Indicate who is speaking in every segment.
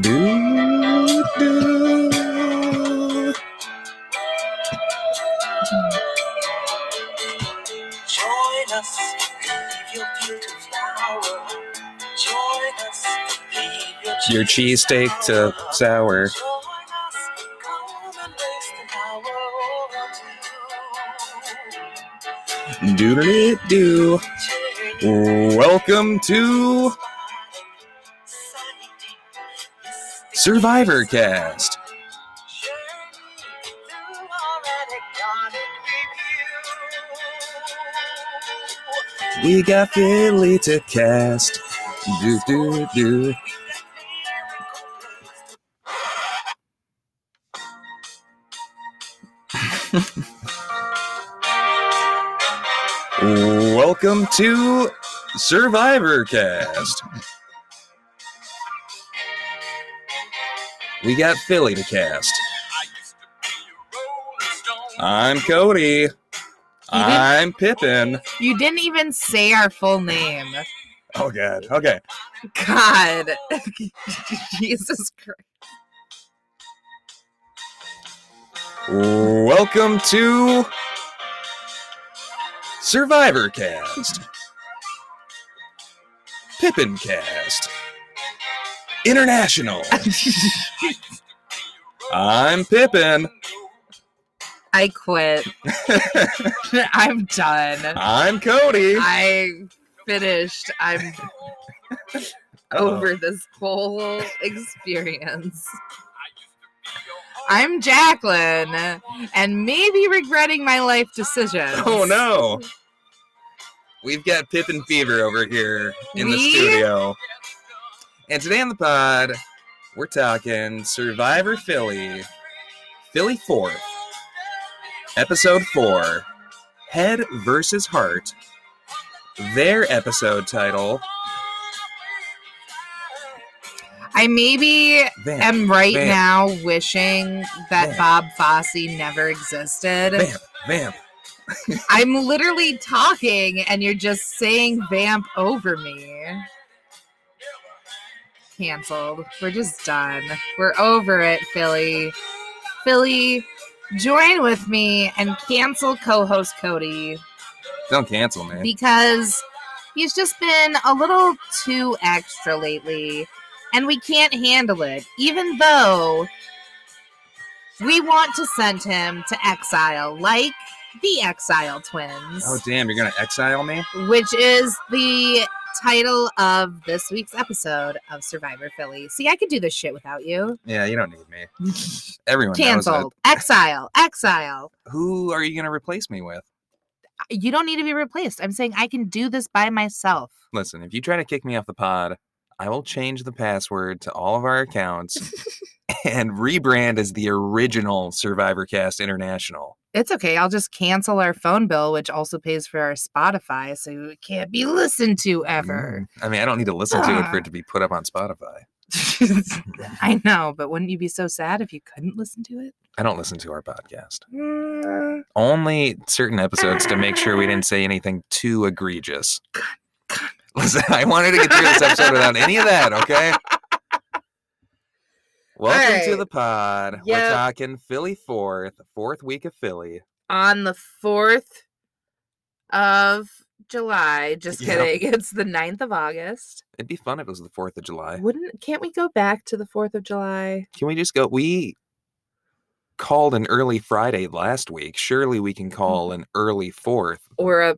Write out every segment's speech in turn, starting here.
Speaker 1: Do, do. Join us, leave your beautiful flower. Join us, leave your, your cheesesteak to sour. Join us, come and waste an hour or two. Doodly do. Welcome to Survivor Cast. We got Philly to cast. Do do do. Welcome to Survivor Cast. We got Philly to cast. I'm Cody. I'm Pippin.
Speaker 2: You didn't even say our full name.
Speaker 1: Oh god. Okay.
Speaker 2: God. Jesus Christ.
Speaker 1: Welcome to Survivor Cast. Pippin Cast. International. I'm Pippin.
Speaker 2: I quit. I'm done.
Speaker 1: I'm Cody.
Speaker 2: I finished. I'm
Speaker 1: Uh-oh.
Speaker 2: over this whole experience. I'm Jacqueline, and maybe regretting my life decisions.
Speaker 1: Oh no. We've got Pippin Fever over here in the
Speaker 2: We?
Speaker 1: studio. And today on the pod, we're talking Survivor Philly, Philly 4th, Episode 4, Head versus Heart. Their episode title,
Speaker 2: I maybe
Speaker 1: Vamp.
Speaker 2: am right
Speaker 1: Vamp.
Speaker 2: now wishing that
Speaker 1: Vamp.
Speaker 2: Bob Fosse never existed.
Speaker 1: Vamp, Vamp.
Speaker 2: I'm literally talking and you're just saying vamp over me. Canceled. We're just done. We're over it, Philly. Philly, join with me and cancel co host Cody
Speaker 1: Don't cancel, man.
Speaker 2: because he's just been a little too extra lately and we can't handle it, even though we want to send him to exile like the Exile Twins
Speaker 1: Oh, damn, you're going to exile me?
Speaker 2: which is the title of this week's episode of Survivor Philly. See, I could do this shit without you.
Speaker 1: Yeah, you don't need me. Everyone knows
Speaker 2: Canceled. Exile. Exile.
Speaker 1: it. Who are you going to replace me with?
Speaker 2: You don't need to be replaced. I'm saying I can do this by myself.
Speaker 1: Listen, if you try to kick me off the pod, I will change the password to all of our accounts and rebrand as the original Survivor Cast International.
Speaker 2: It's okay. I'll just cancel our phone bill, which also pays for our Spotify, so it can't be listened to ever.
Speaker 1: Mm. I mean, I don't need to listen to it for
Speaker 2: Ah.
Speaker 1: it to be put up on Spotify.
Speaker 2: I know, but wouldn't you be so sad if you couldn't listen to it?
Speaker 1: I don't listen to our podcast.
Speaker 2: Mm,
Speaker 1: Only certain episodes to make sure we didn't say anything too egregious. Listen, I wanted to get through this episode without any of that, okay? Welcome to
Speaker 2: right.
Speaker 1: the pod. We're
Speaker 2: Yep.
Speaker 1: talking Philly fourth, fourth week of Philly.
Speaker 2: on the 4th of July. Just
Speaker 1: Yep.
Speaker 2: kidding. It's the 9th of August.
Speaker 1: It'd be fun if it was the 4th of July.
Speaker 2: Wouldn't can't we go back to the 4th of July?
Speaker 1: Can we just go? We called an early Friday last week. Surely we
Speaker 2: Mm-hmm.
Speaker 1: can call an early 4th.
Speaker 2: Or a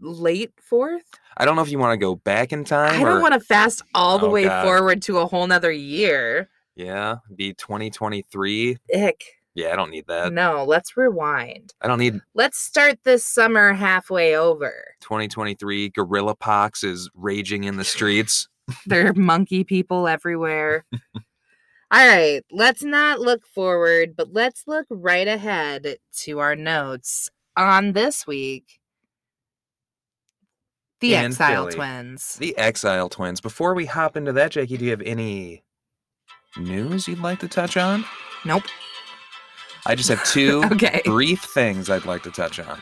Speaker 2: late 4th?
Speaker 1: I don't know if you want to go back in time
Speaker 2: I
Speaker 1: or
Speaker 2: don't want to fast all the
Speaker 1: Oh,
Speaker 2: way
Speaker 1: God.
Speaker 2: forward to a whole nother year.
Speaker 1: yeah, be 2023.
Speaker 2: Ick.
Speaker 1: Yeah, I don't need that.
Speaker 2: no, let's rewind.
Speaker 1: I don't need
Speaker 2: Let's start this summer halfway over.
Speaker 1: 2023 gorilla pox is raging in the streets.
Speaker 2: There are monkey people everywhere. All right, let's not look forward, but let's look right ahead to our notes on this week. The
Speaker 1: In
Speaker 2: Exile
Speaker 1: Philly.
Speaker 2: Twins.
Speaker 1: The Exile Twins. Before we hop into that, Jackie, do you have any news you'd like to touch on?
Speaker 2: Nope.
Speaker 1: I just have two
Speaker 2: Okay.
Speaker 1: brief things I'd like to touch on.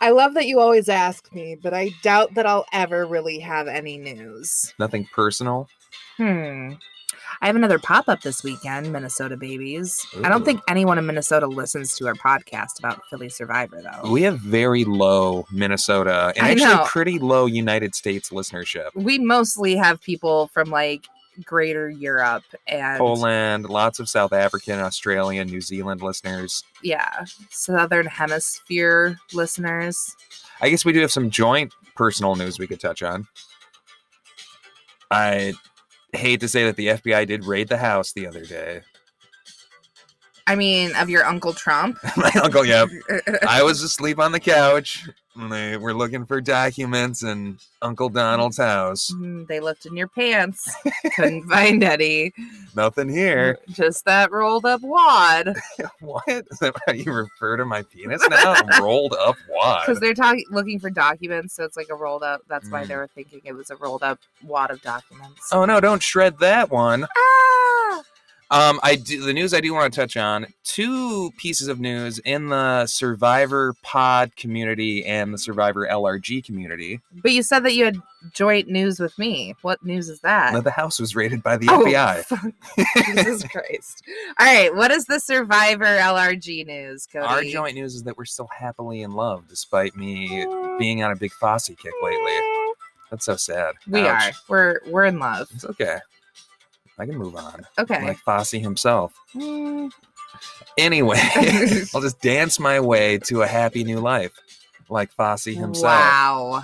Speaker 2: I love that you always ask me, but I doubt that I'll ever really have any news.
Speaker 1: Nothing personal.
Speaker 2: Hmm. I have another pop up this weekend, Minnesota Babies. I don't
Speaker 1: Ooh.
Speaker 2: think anyone in Minnesota listens to our podcast about Philly Survivor, though.
Speaker 1: We have very low Minnesota and
Speaker 2: I
Speaker 1: actually
Speaker 2: know.
Speaker 1: pretty low United States listenership.
Speaker 2: we mostly have people from like greater Europe and
Speaker 1: Poland, lots of South African, Australian, New Zealand listeners.
Speaker 2: yeah, southern hemisphere listeners.
Speaker 1: I guess we do have some joint personal news we could touch on. I hate to say that the FBI did raid the house the other day.
Speaker 2: I mean, of your Uncle Trump.
Speaker 1: My uncle, yeah, I was asleep on the couch. And they were looking for documents in Uncle Donald's house.
Speaker 2: Mm, they looked in your pants. Couldn't find any.
Speaker 1: Nothing here.
Speaker 2: Just that rolled up wad.
Speaker 1: What? Is that how you refer to my penis now? Rolled up
Speaker 2: Because
Speaker 1: wad.
Speaker 2: they're talking looking for documents, so it's like a rolled up. That's why they
Speaker 1: Mm.
Speaker 2: were thinking it was a rolled up wad of documents.
Speaker 1: Oh no, don't shred that one.
Speaker 2: Ah!
Speaker 1: Um, I do the news I do want to touch on two pieces of news in the Survivor Pod community and the Survivor LRG community.
Speaker 2: But you said that you had joint news with me. What news is that?
Speaker 1: That the house was raided by the
Speaker 2: Oh,
Speaker 1: FBI.
Speaker 2: fuck. Jesus Christ. All right. What is the Survivor LRG news, Cody?
Speaker 1: Our joint news is that we're still happily in love despite me being on a big Fosse kick lately. That's so sad.
Speaker 2: We
Speaker 1: Ouch.
Speaker 2: are. We're we're in love.
Speaker 1: It's okay. I can move on.
Speaker 2: Okay.
Speaker 1: Like Fosse himself. Hmm.
Speaker 2: Mm.
Speaker 1: Anyway, I'll just dance my way to a happy new life, like Fosse himself.
Speaker 2: Wow.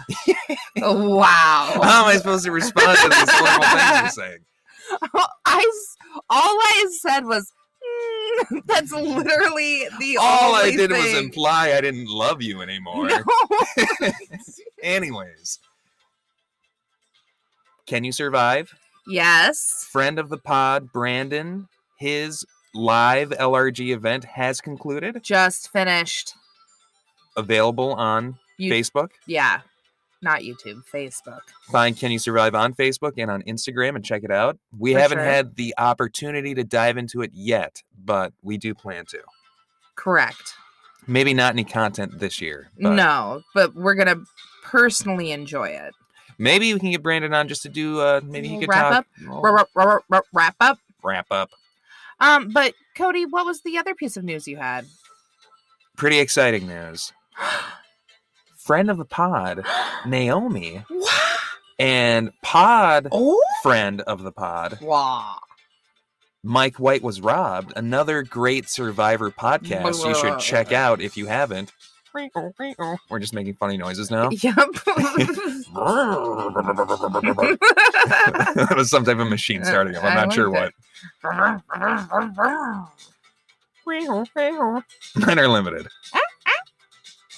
Speaker 2: wow.
Speaker 1: How am I supposed to respond to these horrible things you're saying? Um,
Speaker 2: I s- all I said was mm. that's literally the
Speaker 1: All I
Speaker 2: only
Speaker 1: did was
Speaker 2: thing.
Speaker 1: imply I didn't love you anymore.
Speaker 2: No.
Speaker 1: Anyways, can you survive?
Speaker 2: yes.
Speaker 1: Friend of the pod, Brandon, his live LRG event has concluded,
Speaker 2: Just finished.
Speaker 1: available on
Speaker 2: You,
Speaker 1: Facebook.
Speaker 2: Yeah. Not YouTube. Facebook.
Speaker 1: find Can You Survive on Facebook and on Instagram and check it out. We
Speaker 2: For
Speaker 1: haven't
Speaker 2: sure.
Speaker 1: had the opportunity to dive into it yet, but we do plan to.
Speaker 2: Correct.
Speaker 1: Maybe not any content this year. But
Speaker 2: No, but we're gonna personally enjoy it.
Speaker 1: Maybe we can get Brandon on just to do. Uh, maybe he
Speaker 2: Little
Speaker 1: could
Speaker 2: wrap
Speaker 1: talk,
Speaker 2: up?
Speaker 1: little
Speaker 2: Wrap, wrap, wrap, wrap, wrap up.
Speaker 1: wrap up.
Speaker 2: Um, but Cody, what was the other piece of news you had?
Speaker 1: Pretty exciting news. Friend of the pod, Naomi,
Speaker 2: Wow.
Speaker 1: and pod
Speaker 2: Oh.
Speaker 1: friend of the pod,
Speaker 2: Wow.
Speaker 1: Mike White was robbed. Another great Survivor podcast you should check out if you haven't. We're just making funny noises now.
Speaker 2: Yep.
Speaker 1: that was some type of machine starting up. I'm
Speaker 2: Uh, I
Speaker 1: not sure
Speaker 2: like
Speaker 1: what. Mine are limited.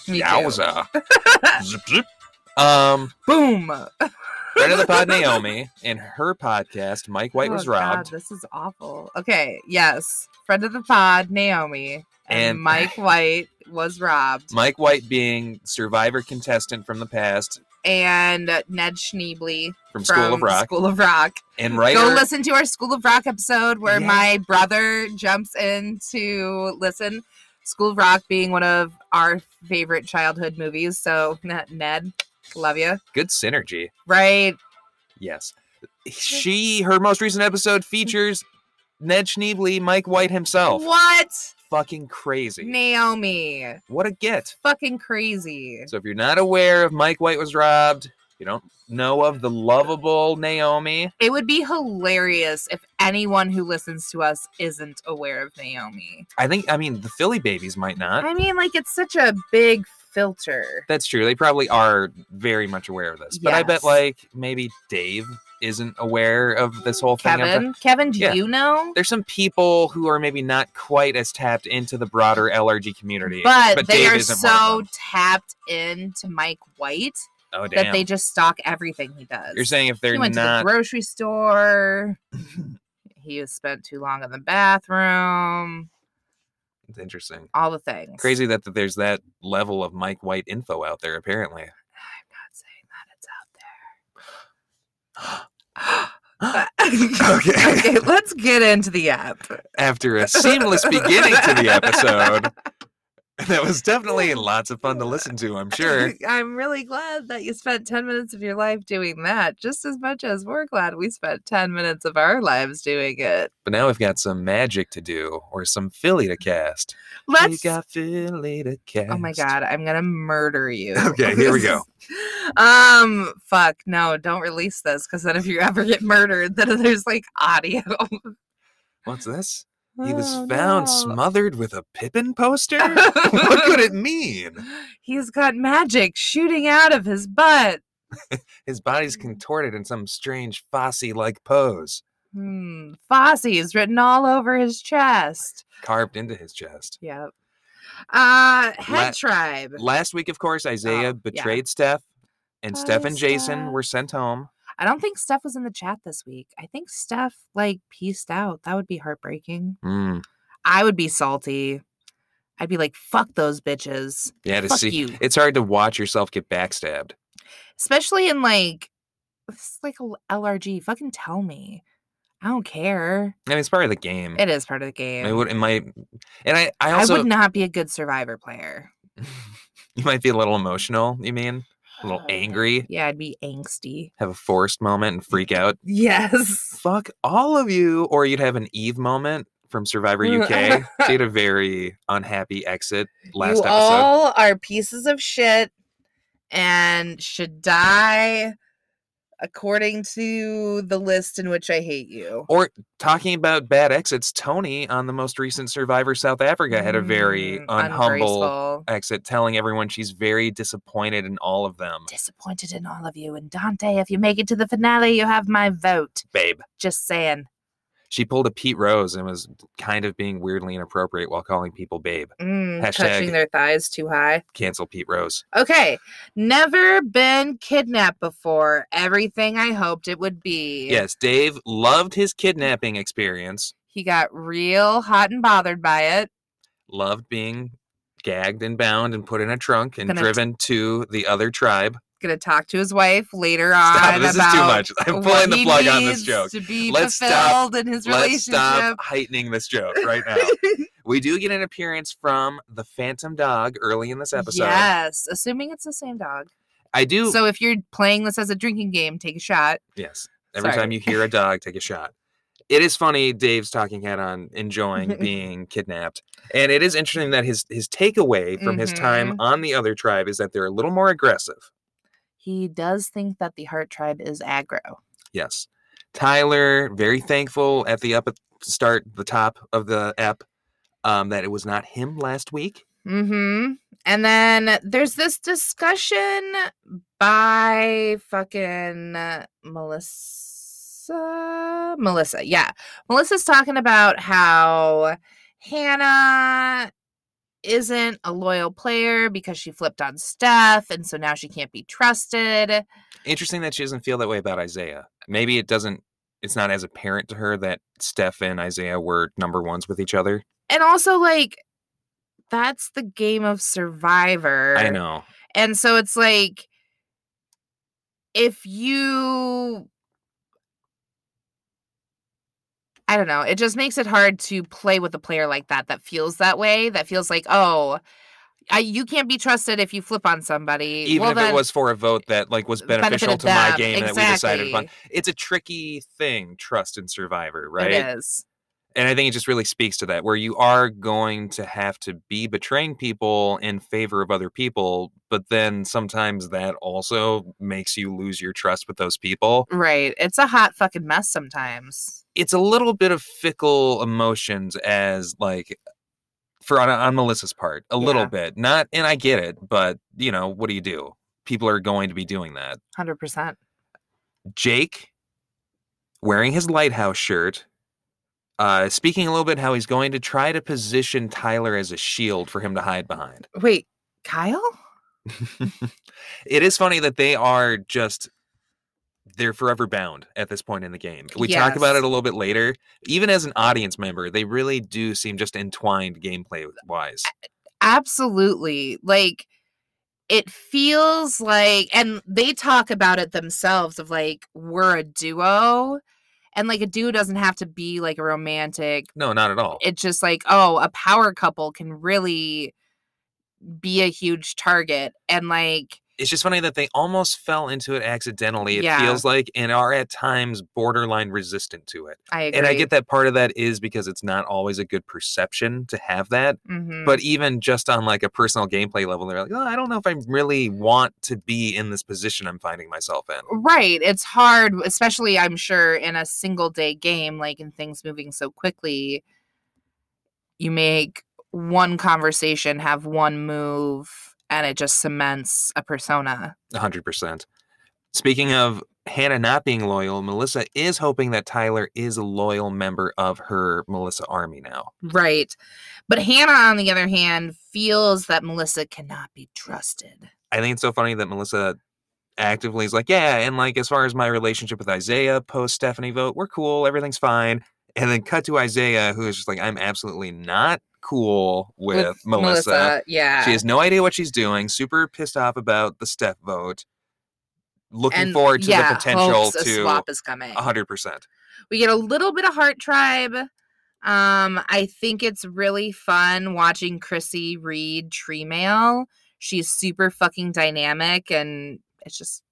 Speaker 2: Me too.
Speaker 1: Yowza. zip, zip. Um,
Speaker 2: Boom.
Speaker 1: friend of the pod, Naomi, in her podcast, Mike White
Speaker 2: Oh,
Speaker 1: was
Speaker 2: God,
Speaker 1: robbed.
Speaker 2: this is awful. Okay. Yes. Friend of the pod, Naomi, and,
Speaker 1: And-
Speaker 2: Mike White was robbed,
Speaker 1: Mike White being survivor contestant from the past
Speaker 2: and Ned Schneebly
Speaker 1: from,
Speaker 2: from
Speaker 1: School of Rock
Speaker 2: School of Rock.
Speaker 1: and writer.
Speaker 2: Go listen to our School of Rock episode where
Speaker 1: Yeah.
Speaker 2: my brother jumps in to listen. School of Rock being one of our favorite childhood movies. So, N- Ned, love you.
Speaker 1: Good synergy.
Speaker 2: Right.
Speaker 1: Yes. She, her most recent episode features Ned Schneebly, Mike White himself.
Speaker 2: What?
Speaker 1: Fucking crazy.
Speaker 2: Naomi.
Speaker 1: what a get.
Speaker 2: Fucking crazy.
Speaker 1: So if you're not aware of Mike White was robbed, you don't know of the lovable Naomi.
Speaker 2: It would be hilarious if anyone who listens to us isn't aware of Naomi.
Speaker 1: I think I mean the Philly babies might not.
Speaker 2: I mean, like, it's such a big filter.
Speaker 1: That's true. They probably are very much aware of this. But I
Speaker 2: Yes.
Speaker 1: bet like maybe Dave isn't aware of this whole thing. I'm pro-
Speaker 2: Kevin, Kevin, do
Speaker 1: Yeah.
Speaker 2: you know?
Speaker 1: There's some people who are maybe not quite as tapped into the broader LRG community.
Speaker 2: But, they
Speaker 1: Dave
Speaker 2: are
Speaker 1: isn't one of
Speaker 2: so
Speaker 1: them.
Speaker 2: tapped into Mike White
Speaker 1: Oh
Speaker 2: that
Speaker 1: damn.
Speaker 2: they just stalk everything he does.
Speaker 1: You're saying if they're
Speaker 2: he went to
Speaker 1: not
Speaker 2: the grocery store. he has spent too long in the bathroom.
Speaker 1: it's interesting.
Speaker 2: All the things.
Speaker 1: Crazy that that there's that level of Mike White info out there apparently.
Speaker 2: I'm not saying that it's out there.
Speaker 1: Okay.
Speaker 2: okay, let's get into the app.
Speaker 1: after a seamless beginning to the episode, That was definitely lots of fun to listen to, I'm sure.
Speaker 2: I'm really glad that you spent 10 minutes of your life doing that, just as much as we're glad we spent 10 minutes of our lives doing it.
Speaker 1: But now we've got some magic to do or some Philly to cast. We
Speaker 2: Let's.
Speaker 1: got Philly to cast.
Speaker 2: Oh my God, I'm going to murder you.
Speaker 1: Okay, here we go.
Speaker 2: um, fuck, no, don't release this because then if you ever get murdered, then there's like audio.
Speaker 1: What's this? He was
Speaker 2: Oh,
Speaker 1: found
Speaker 2: no.
Speaker 1: smothered with a Pippin poster? what could it mean?
Speaker 2: He's got magic shooting out of his butt.
Speaker 1: His body's
Speaker 2: Mm.
Speaker 1: contorted in some strange Fosse like pose,
Speaker 2: Hmm. Fosse is written all over his chest.
Speaker 1: carved into his chest.
Speaker 2: Yep. Uh, Head
Speaker 1: La-
Speaker 2: Tribe.
Speaker 1: Last week, of course, Isaiah
Speaker 2: Oh, yeah.
Speaker 1: betrayed Steph, and Steph
Speaker 2: Bye,
Speaker 1: and Jason
Speaker 2: Steph.
Speaker 1: were sent home.
Speaker 2: I don't think Steph was in the chat this week. I think Steph like pieced out. That would be heartbreaking.
Speaker 1: Mm,
Speaker 2: I would be salty. I'd be like, fuck those bitches.
Speaker 1: yeah, to
Speaker 2: Fuck
Speaker 1: see.
Speaker 2: you.
Speaker 1: It's hard to watch yourself get backstabbed.
Speaker 2: Especially in like, it's like a l- LRG. Fucking tell me. I don't care.
Speaker 1: I mean, it's part of the game.
Speaker 2: It is part of the game.
Speaker 1: It would, it might, and I, I also,
Speaker 2: I would not be a good survivor player.
Speaker 1: you might be a little emotional. You mean a little
Speaker 2: Uh,
Speaker 1: angry,
Speaker 2: Yeah, I'd be angsty.
Speaker 1: have a forced moment, and
Speaker 2: Mm.
Speaker 1: freak out.
Speaker 2: Yes.
Speaker 1: Fuck all of you, or you'd have an Eve moment from Survivor UK. she had a very unhappy exit last
Speaker 2: Mm. you
Speaker 1: episode.
Speaker 2: all are pieces of shit and should die according to the list in which I hate you.
Speaker 1: Or talking about bad exits, Tony on the most recent Survivor South Africa had a very
Speaker 2: Mm,
Speaker 1: unhumble
Speaker 2: ungraceful.
Speaker 1: exit, telling everyone she's very disappointed in all of them.
Speaker 2: Disappointed in all of you. And Dante, if you make it to the finale, you have my vote.
Speaker 1: Babe,
Speaker 2: Just saying.
Speaker 1: she pulled a Pete Rose and was kind of being weirdly inappropriate while calling people babe.
Speaker 2: Mm,
Speaker 1: Hashtag-
Speaker 2: touching their thighs too high.
Speaker 1: Cancel Pete Rose.
Speaker 2: Okay. Never been kidnapped before. Everything I hoped it would be.
Speaker 1: Yes, Dave loved
Speaker 2: Mm.
Speaker 1: his kidnapping experience,
Speaker 2: He got real hot and bothered by it.
Speaker 1: loved being gagged and bound and put in a trunk and
Speaker 2: Gonna t-
Speaker 1: driven to the other tribe.
Speaker 2: gonna talk to his wife later on.
Speaker 1: Stop, this is
Speaker 2: about
Speaker 1: too much. I'm
Speaker 2: what
Speaker 1: pulling the
Speaker 2: he
Speaker 1: plug on this
Speaker 2: needs
Speaker 1: joke.
Speaker 2: To be
Speaker 1: Let's stop.
Speaker 2: fulfilled in his
Speaker 1: Let's
Speaker 2: relationship.
Speaker 1: stop heightening this joke right now. We do get an appearance from the Phantom Dog early in this episode.
Speaker 2: Yes, assuming it's the same dog.
Speaker 1: I do.
Speaker 2: So if you're playing this as a drinking game, take a shot.
Speaker 1: yes. Every time
Speaker 2: Sorry.
Speaker 1: you hear a dog, take a shot. It is funny. Dave's talking head on enjoying being kidnapped, and it is interesting that his his takeaway from his
Speaker 2: Mm-hmm.
Speaker 1: time on the other tribe is that they're a little more aggressive.
Speaker 2: He does think that the Heart Tribe is aggro.
Speaker 1: Yes. Tyler, very thankful at the up at start, the top of the ep, um, that it was not him last week.
Speaker 2: Mm-hmm. And then there's this discussion by fucking uh, Melissa. Melissa, yeah. Melissa's talking about how Hannah isn't a loyal player because she flipped on Steph, and so now she can't be trusted.
Speaker 1: Interesting that she doesn't feel that way about Isaiah. Maybe it doesn't. It's not as apparent to her that Steph and Isaiah were number ones with each other.
Speaker 2: And also, like, that's the game of Survivor.
Speaker 1: I know.
Speaker 2: And so it's like if you I don't know, it just makes it hard to play with a player like that that feels that way, that feels like, "Oh, I, you can't be trusted if you flip on somebody."
Speaker 1: Even
Speaker 2: well,
Speaker 1: if
Speaker 2: then,
Speaker 1: it was for a vote that like was
Speaker 2: benefit
Speaker 1: beneficial
Speaker 2: of
Speaker 1: to my
Speaker 2: them,
Speaker 1: game that we decided upon.
Speaker 2: exactly.
Speaker 1: It's a tricky thing, trust in Survivor,
Speaker 2: It
Speaker 1: right?
Speaker 2: is.
Speaker 1: And I think it just really speaks to that, where you are going to have to be betraying people in favor of other people, but then sometimes that also makes you lose your trust with those people.
Speaker 2: Right. It's a hot fucking mess sometimes.
Speaker 1: it's a little bit of fickle emotions as like for on, on melissa's part a little
Speaker 2: Yeah.
Speaker 1: bit not and i get it but you know what do you do people are going to be doing that
Speaker 2: 100%.
Speaker 1: jake wearing his lighthouse shirt uh, speaking a little bit how he's going to try to position Tyler as a shield for him to hide behind.
Speaker 2: Wait, Kyle?
Speaker 1: it is funny that they are just they're forever bound at this point in the game. We talk about
Speaker 2: Yes.
Speaker 1: it a little bit later. Even as an audience member, they really do seem just entwined gameplay wise.
Speaker 2: absolutely like it feels like and they talk about it themselves of like we're a duo and like a duo doesn't have to be like a romantic
Speaker 1: No, not at all.
Speaker 2: it's just like oh a power couple can really be a huge target and like
Speaker 1: It's just funny that they almost fell into it accidentally, it
Speaker 2: Yeah.
Speaker 1: feels like, and are at times borderline resistant to it.
Speaker 2: I agree.
Speaker 1: And I get that part of that is because it's not always a good perception to have that.
Speaker 2: Mhm.
Speaker 1: But even just on like a personal gameplay level, they're like, oh, I don't know if I really want to be in this position I'm finding myself in.
Speaker 2: right it's hard especially i'm sure in a single day game like in things moving so quickly you make one conversation have one move and it just cements a persona
Speaker 1: 100%. Speaking of Hannah not being loyal, Melissa is hoping that Tyler is a loyal member of her Melissa army now.
Speaker 2: right but hannah on the other hand feels that melissa cannot be trusted
Speaker 1: I think it's so funny that Melissa actively is like, yeah, and like as far as my relationship with Isaiah post Stephanie vote, we're cool, everything's fine. And then cut to Isaiah, who is just like, I'm absolutely not cool with, Melissa.
Speaker 2: yeah
Speaker 1: She has no idea what she's doing, super pissed off about the Steph vote, looking
Speaker 2: And,
Speaker 1: forward to
Speaker 2: yeah,
Speaker 1: the potential
Speaker 2: hopes a
Speaker 1: to
Speaker 2: swap is coming
Speaker 1: 100%.
Speaker 2: we get a little bit of heart tribe um i think it's really fun watching chrissy read tree mail she's super fucking dynamic and it's just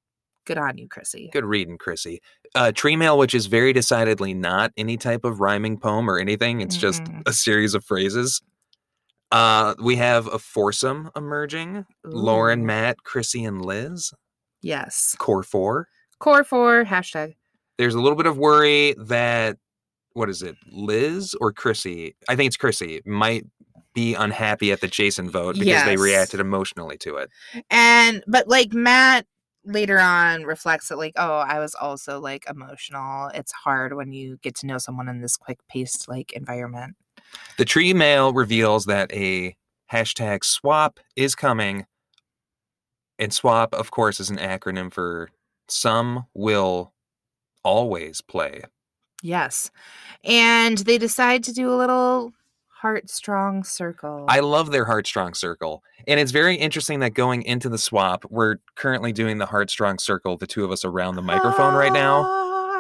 Speaker 2: good on you chrissy
Speaker 1: Good reading, Chrissy. Uh, tree mail, which is very decidedly not any type of rhyming poem or anything. It's just
Speaker 2: Mhm.
Speaker 1: a series of phrases. Uh, we have a foursome emerging:
Speaker 2: Ooh.
Speaker 1: Lauren, Matt, Chrissy, and Liz.
Speaker 2: yes
Speaker 1: Core four.
Speaker 2: core four hashtag
Speaker 1: There's a little bit of worry that what is it, Liz or Chrissy? I think it's Chrissy. Might be unhappy at the Jason vote because they
Speaker 2: Yes.
Speaker 1: reacted emotionally to it.
Speaker 2: and but like matt later on reflects that like oh i was also like emotional it's hard when you get to know someone in this quick paced like environment
Speaker 1: The tree mail reveals that a hashtag swap is coming. And swap, of course, is an acronym for some will always play.
Speaker 2: yes and they decide to do a little heart strong circle
Speaker 1: I love their Heartstrong Circle. And it's very interesting that going into the swap, we're currently doing the Heartstrong Circle, the two of us around the microphone right now.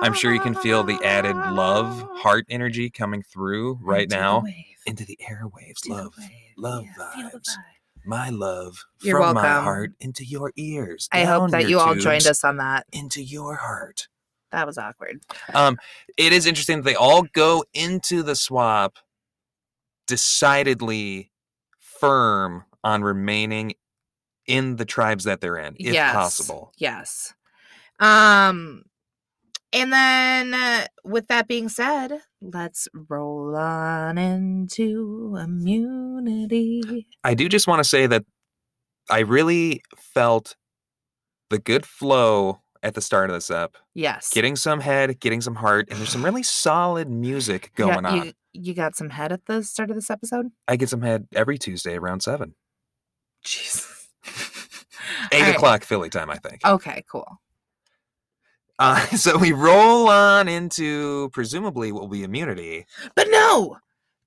Speaker 1: I'm sure you can feel the added love,
Speaker 2: Ah.
Speaker 1: heart energy coming through right
Speaker 2: Into the
Speaker 1: now.
Speaker 2: wave,
Speaker 1: Into the airwaves,
Speaker 2: into the
Speaker 1: love.
Speaker 2: wave,
Speaker 1: love
Speaker 2: feel the
Speaker 1: vibes. My love
Speaker 2: You're
Speaker 1: from my
Speaker 2: welcome.
Speaker 1: heart into your ears.
Speaker 2: I hope
Speaker 1: down
Speaker 2: that
Speaker 1: your
Speaker 2: you all joined
Speaker 1: tubes,
Speaker 2: us on that.
Speaker 1: into your heart.
Speaker 2: That was awkward.
Speaker 1: Um, it is interesting that they all go into the swap decidedly firm on remaining in the tribes that they're in, if
Speaker 2: yes.
Speaker 1: possible.
Speaker 2: Yes. Um and then uh, with that being said, let's roll on into immunity.
Speaker 1: I do just want to say that I really felt the good flow at the start of this up,
Speaker 2: Yes.
Speaker 1: getting some head, getting some heart, and there's some really solid music
Speaker 2: You
Speaker 1: going
Speaker 2: got-
Speaker 1: on.
Speaker 2: You, you got some head at the start of this episode?
Speaker 1: I get some head every Tuesday around seven.
Speaker 2: Jesus.
Speaker 1: Eight
Speaker 2: All right.
Speaker 1: o'clock Philly time, I think.
Speaker 2: Okay, cool.
Speaker 1: Uh, so we roll on into presumably what will be immunity.
Speaker 2: But no,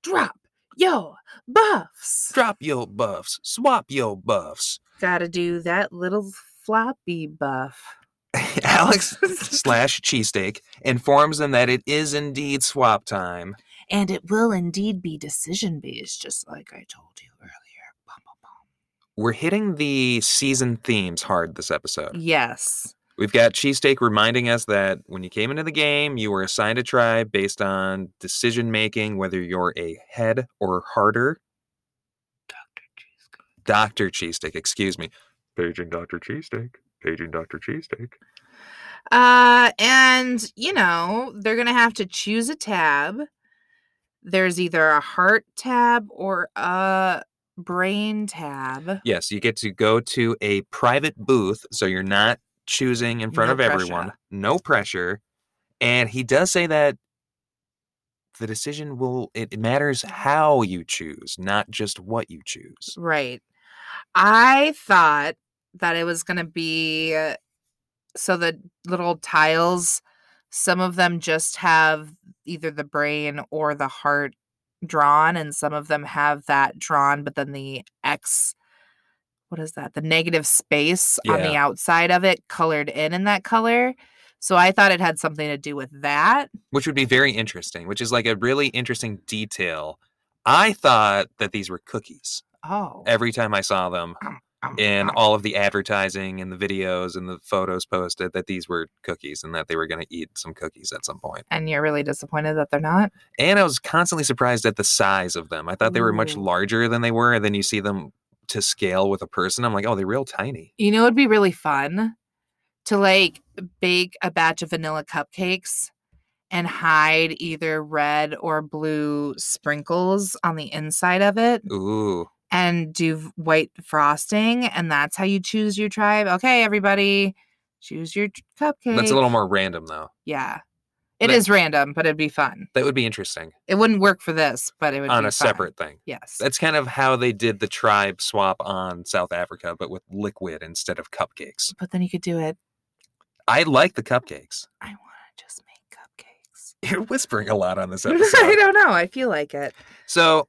Speaker 2: drop yo buffs.
Speaker 1: Drop yo buffs, swap yo buffs.
Speaker 2: Gotta do that little floppy buff.
Speaker 1: Alex slash cheesesteak informs them that it is indeed swap time.
Speaker 2: and it will indeed be decision based, just like I told you earlier. Bum, bum, bum.
Speaker 1: We're hitting the season themes hard this
Speaker 2: Mm.
Speaker 1: episode.
Speaker 2: Yes.
Speaker 1: We've got cheesesteak reminding us that when you came into the game, you were assigned a tribe based on decision making, whether you're a head or harder.
Speaker 2: Dr. Cheesecake.
Speaker 1: Dr. Cheesesteak, excuse me. Paging Dr. Cheesesteak. Paging Dr. Cheesesteak.
Speaker 2: Uh, and you know, they're gonna have to choose a tab. There's either a heart tab or a brain tab.
Speaker 1: Yes, you get to go to a private booth, so you're not choosing in front
Speaker 2: No
Speaker 1: of everyone.
Speaker 2: pressure.
Speaker 1: No pressure. And he does say that the decision will it it matters how you choose, not just what you choose.
Speaker 2: Right. I thought that it was going to be uh, so the little tiles, some of them just have either the brain or the heart drawn, and some of them have that drawn, but then the X, what is that? The negative space on the outside of it colored in in that color. So I thought it had something to do with that.
Speaker 1: Which would be very interesting, which is like a really interesting detail. I thought that these were cookies.
Speaker 2: Oh.
Speaker 1: every time I saw them
Speaker 2: Um,
Speaker 1: in
Speaker 2: um,
Speaker 1: all of the advertising and the videos and the photos posted that these were cookies and that they were going to eat some cookies at some point.
Speaker 2: and you're really disappointed that they're not.
Speaker 1: And I was constantly surprised at the size of them. I thought they were much
Speaker 2: Ooh.
Speaker 1: larger than they were. And then you see them to scale with a person. I'm like, oh, they're real tiny.
Speaker 2: You know, it'd be really fun to like bake a batch of vanilla cupcakes and hide either red or blue sprinkles on the inside of it
Speaker 1: Ooh.
Speaker 2: and do v- white frosting. And that's how you choose your tribe. Okay, everybody, choose your t- cupcake.
Speaker 1: That's a little more random, though.
Speaker 2: Yeah. it is
Speaker 1: That-
Speaker 2: random, but it'd be fun.
Speaker 1: That would be interesting
Speaker 2: It wouldn't work for this, but it would
Speaker 1: on
Speaker 2: be
Speaker 1: a
Speaker 2: fun.
Speaker 1: separate thing.
Speaker 2: Yes.
Speaker 1: That's kind of how they did the tribe swap on South Africa, but with liquid instead of cupcakes.
Speaker 2: But then you could do it.
Speaker 1: I like the cupcakes.
Speaker 2: I want to just make cupcakes.
Speaker 1: You're whispering a lot on this
Speaker 2: I
Speaker 1: episode.
Speaker 2: don't know. I feel like it.
Speaker 1: So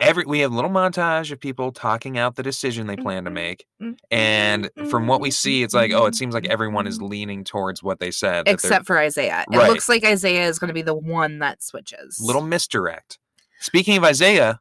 Speaker 1: every we have a little montage of people talking out the decision they plan to
Speaker 2: Mhm.
Speaker 1: make. And from
Speaker 2: mm-hmm,
Speaker 1: what we see, it's like, oh, it seems like everyone is
Speaker 2: Mhm.
Speaker 1: leaning towards what they said. that they're-
Speaker 2: except for Isaiah.
Speaker 1: Right.
Speaker 2: It looks like Isaiah is going to be the one that switches.
Speaker 1: little misdirect. Speaking of Isaiah,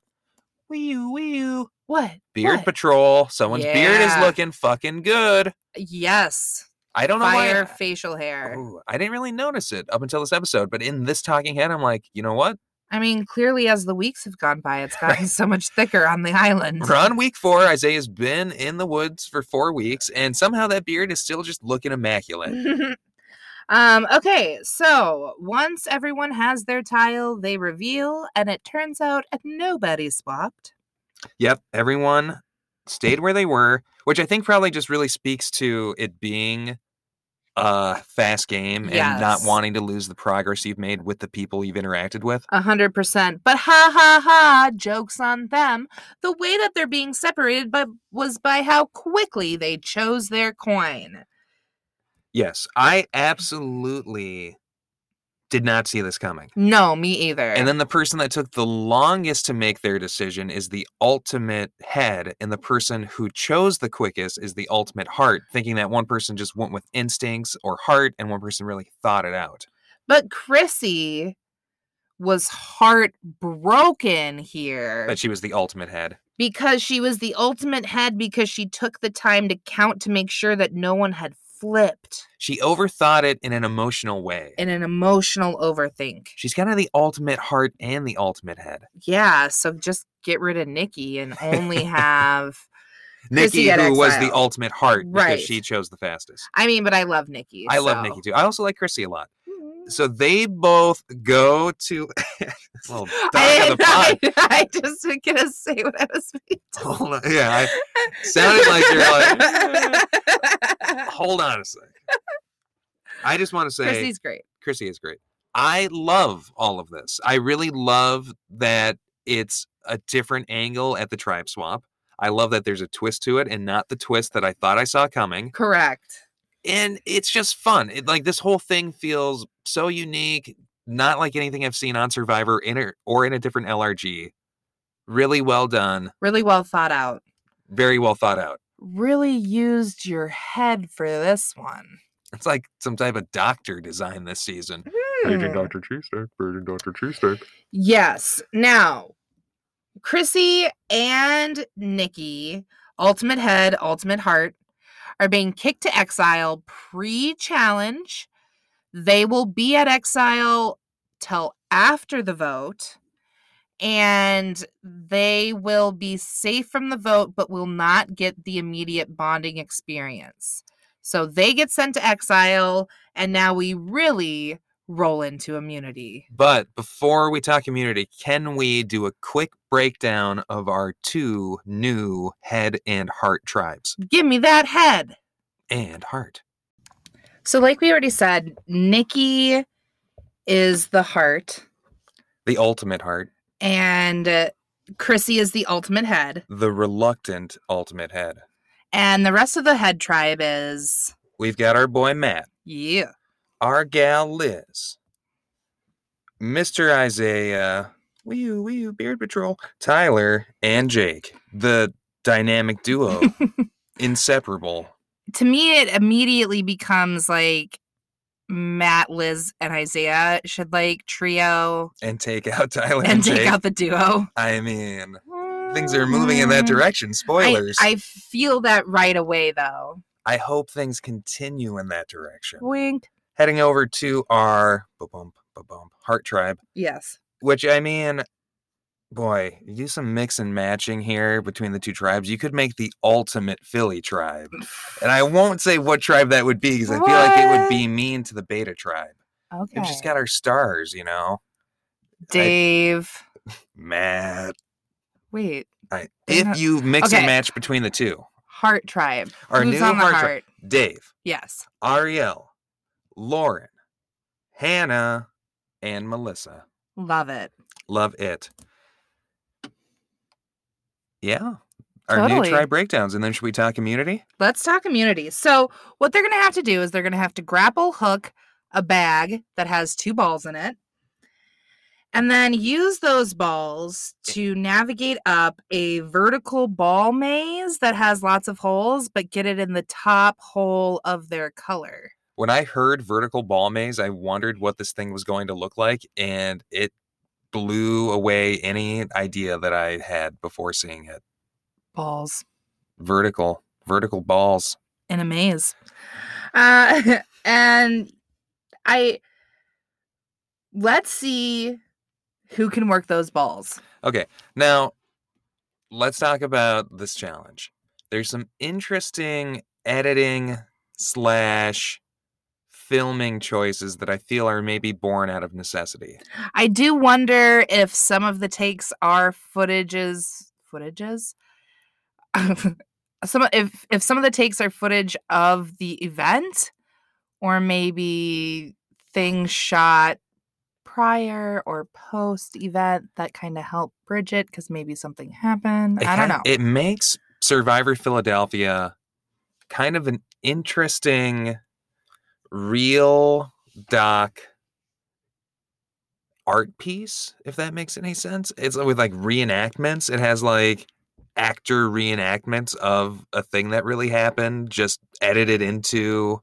Speaker 1: wee wee
Speaker 2: what
Speaker 1: beard
Speaker 2: What?
Speaker 1: patrol. Someone's beard is
Speaker 2: Yeah.
Speaker 1: looking fucking good.
Speaker 2: yes,
Speaker 1: I don't know
Speaker 2: fire
Speaker 1: why. Oh.
Speaker 2: facial hair.
Speaker 1: Ooh, I didn't really notice it up until this episode, but in this talking head, I'm like, you know what?
Speaker 2: I mean, clearly as the weeks have gone by, it's gotten so much thicker on the island.
Speaker 1: We're on week four. Isaiah's been in the woods for four weeks, and somehow that beard is still just looking immaculate.
Speaker 2: um. Okay. So once everyone has their tile, they reveal, and it turns out nobody swapped.
Speaker 1: Yep, everyone stayed where they were, which I think probably just really speaks to it being a fast game and not
Speaker 2: Yes.
Speaker 1: wanting to lose the progress you've made with the people you've interacted with.
Speaker 2: A hundred percent. But ha ha ha! Jokes on them. The way that they're being separated, but was by how quickly they chose their coin.
Speaker 1: Yes, I absolutely did not see this coming.
Speaker 2: No, me either.
Speaker 1: And then the person that took the longest to make their decision is the ultimate head, and the person who chose the quickest is the ultimate heart, thinking that one person just went with instincts or heart, and one person really thought it out.
Speaker 2: but Chrissy was heartbroken here
Speaker 1: But she was the ultimate head.
Speaker 2: because she was the ultimate head because she took the time to count to make sure that no one had flipped
Speaker 1: She overthought it in an emotional way.
Speaker 2: in an emotional overthink.
Speaker 1: She's kind of the ultimate heart and the ultimate head.
Speaker 2: Yeah, so just get rid of Nikki and only have Chrissy
Speaker 1: Nikki, who
Speaker 2: got
Speaker 1: was the
Speaker 2: exiled.
Speaker 1: ultimate heart
Speaker 2: Right.
Speaker 1: because she chose the fastest.
Speaker 2: I mean, but I love Nikki.
Speaker 1: I love
Speaker 2: so-
Speaker 1: Nikki too. I also like Chrissy a lot.
Speaker 2: Mm.
Speaker 1: So they both go to. Little dog on
Speaker 2: I,
Speaker 1: the pod.
Speaker 2: didn't- I, I just was gonna say what I was. being
Speaker 1: Hold on. Yeah, I, sounded like you're like,
Speaker 2: like.
Speaker 1: hold on a second. I just want to say
Speaker 2: Chrissy's great.
Speaker 1: Chrissy is great. I love all of this. I really love that it's a different angle at the tribe swap. I love that there's a twist to it and not the twist that I thought I saw coming.
Speaker 2: Correct.
Speaker 1: And it's just fun. It, like this whole thing feels so unique, not like anything I've seen on Survivor in or, or in a different LRG. Really well done,
Speaker 2: Really well thought out.
Speaker 1: very well thought out.
Speaker 2: Really used your head for this one.
Speaker 1: It's like some type of doctor design this season.
Speaker 2: Hmm.
Speaker 1: Dr. Cheesesteak, Virgin Dr. Cheesesteak.
Speaker 2: Yes. Now, Chrissy and Nikki, Ultimate Head, Ultimate Heart, are being kicked to exile pre challenge. They will be at exile till after the vote. And they will be safe from the vote, but will not get the immediate bonding experience. So they get sent to exile, and now we really roll into immunity.
Speaker 1: But before we talk community, can we do a quick breakdown of our two new head and heart tribes?
Speaker 2: Give me that head.
Speaker 1: And heart.
Speaker 2: So, like we already said, Nikki is the heart
Speaker 1: The ultimate heart,
Speaker 2: and uh, Chrissy is the ultimate head.
Speaker 1: the reluctant ultimate head.
Speaker 2: And the rest of the head tribe is,
Speaker 1: We've got our boy Matt,
Speaker 2: yeah,
Speaker 1: our gal Liz, Mr. Isaiah, wee wee Beard Patrol, Tyler, and Jake, the dynamic duo, inseparable.
Speaker 2: to me, it immediately becomes like Matt, Liz, and Isaiah should like
Speaker 1: Oh,
Speaker 2: trio
Speaker 1: and take out Tyler and,
Speaker 2: and take
Speaker 1: Jake.
Speaker 2: out the duo.
Speaker 1: I mean, things are moving in that
Speaker 2: Mm.
Speaker 1: direction.
Speaker 2: I,
Speaker 1: Spoilers. I,
Speaker 2: I feel that right away, though.
Speaker 1: hope things continue in that direction.
Speaker 2: Wink.
Speaker 1: Heading over to our ba-bump, ba-bump, heart tribe,
Speaker 2: Yes.
Speaker 1: which I mean, boy, you do some mix and matching here between the two tribes. You could make the ultimate Philly tribe. And I won't say what tribe that would be because I feel like it would
Speaker 2: What?
Speaker 1: be mean to the beta tribe.
Speaker 2: Okay.
Speaker 1: We've just got our stars, you know?
Speaker 2: Dave.
Speaker 1: Matt.
Speaker 2: Wait.
Speaker 1: I,
Speaker 2: They
Speaker 1: if
Speaker 2: have-
Speaker 1: you mix and
Speaker 2: Okay.
Speaker 1: match between the two,
Speaker 2: Heart Tribe.
Speaker 1: Our
Speaker 2: Who's
Speaker 1: new
Speaker 2: on the
Speaker 1: heart
Speaker 2: heart?
Speaker 1: tri- Dave,
Speaker 2: Yes.
Speaker 1: Ariel, Lauren, Hannah, and Melissa.
Speaker 2: Love it.
Speaker 1: Love it. Yeah. Our new
Speaker 2: Totally.
Speaker 1: tribe breakdowns. And then should we talk community?
Speaker 2: Let's talk community. So, what they're going to have to do is they're going to have to grapple hook a bag that has two balls in it and then use those balls to navigate up a vertical ball maze that has lots of holes, but get it in the top hole of their color.
Speaker 1: When I heard vertical ball maze, I wondered what this thing was going to look like. And it blew away any idea that I had before seeing it.
Speaker 2: Balls
Speaker 1: Vertical, vertical balls.
Speaker 2: in a maze. Uh, and I let's see who can work those balls.
Speaker 1: Okay. Now, let's talk about this challenge. There's some interesting editing slash filming choices that I feel are maybe born out of necessity.
Speaker 2: I do wonder if some of the takes are footages footages. some if if some of the takes are footage of the event or maybe things shot prior or post event that kind of helped bridge it because maybe something happened.
Speaker 1: It
Speaker 2: I don't
Speaker 1: kin-
Speaker 2: know.
Speaker 1: It makes Survivor Philadelphia kind of an interesting real doc art piece, if that makes any sense. It's with like reenactments. It has like actor reenactments of a thing that really happened, just edited into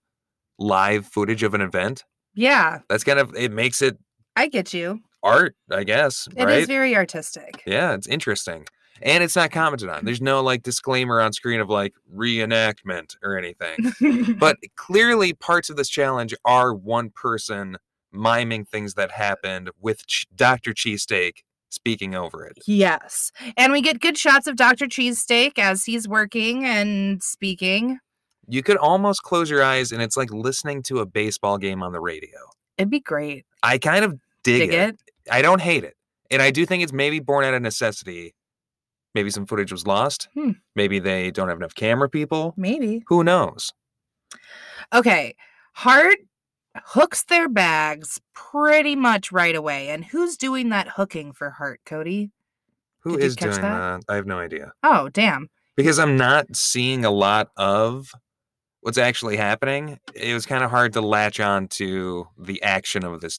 Speaker 1: live footage of an event.
Speaker 2: yeah,
Speaker 1: That's kind of it makes it
Speaker 2: I get you.
Speaker 1: art, I guess.
Speaker 2: It is
Speaker 1: right?
Speaker 2: very artistic.
Speaker 1: Yeah, it's interesting. And it's not commented on. There's no like disclaimer on screen of like reenactment or anything. But clearly, parts of this challenge are one person miming things that happened with Ch- Dr. Cheesesteak speaking over it.
Speaker 2: Yes. And we get good shots of Dr. Cheesesteak as he's working and speaking.
Speaker 1: You could almost close your eyes and it's like listening to a baseball game on the radio.
Speaker 2: It'd be great.
Speaker 1: I kind of dig,
Speaker 2: Dig,
Speaker 1: it.
Speaker 2: it.
Speaker 1: I don't hate it. And I do think it's maybe born out of necessity. Maybe some footage was lost.
Speaker 2: Hmm.
Speaker 1: Maybe they don't have enough camera people.
Speaker 2: Maybe.
Speaker 1: Who knows?
Speaker 2: Okay. Hart hooks their bags pretty much right away. And who's doing that hooking for Hart, Cody?
Speaker 1: Who
Speaker 2: Did you
Speaker 1: is
Speaker 2: catch
Speaker 1: doing that?
Speaker 2: that?
Speaker 1: I have no idea
Speaker 2: Oh, damn.
Speaker 1: because I'm not seeing a lot of what's actually happening. It was kind of hard to latch on to the action of this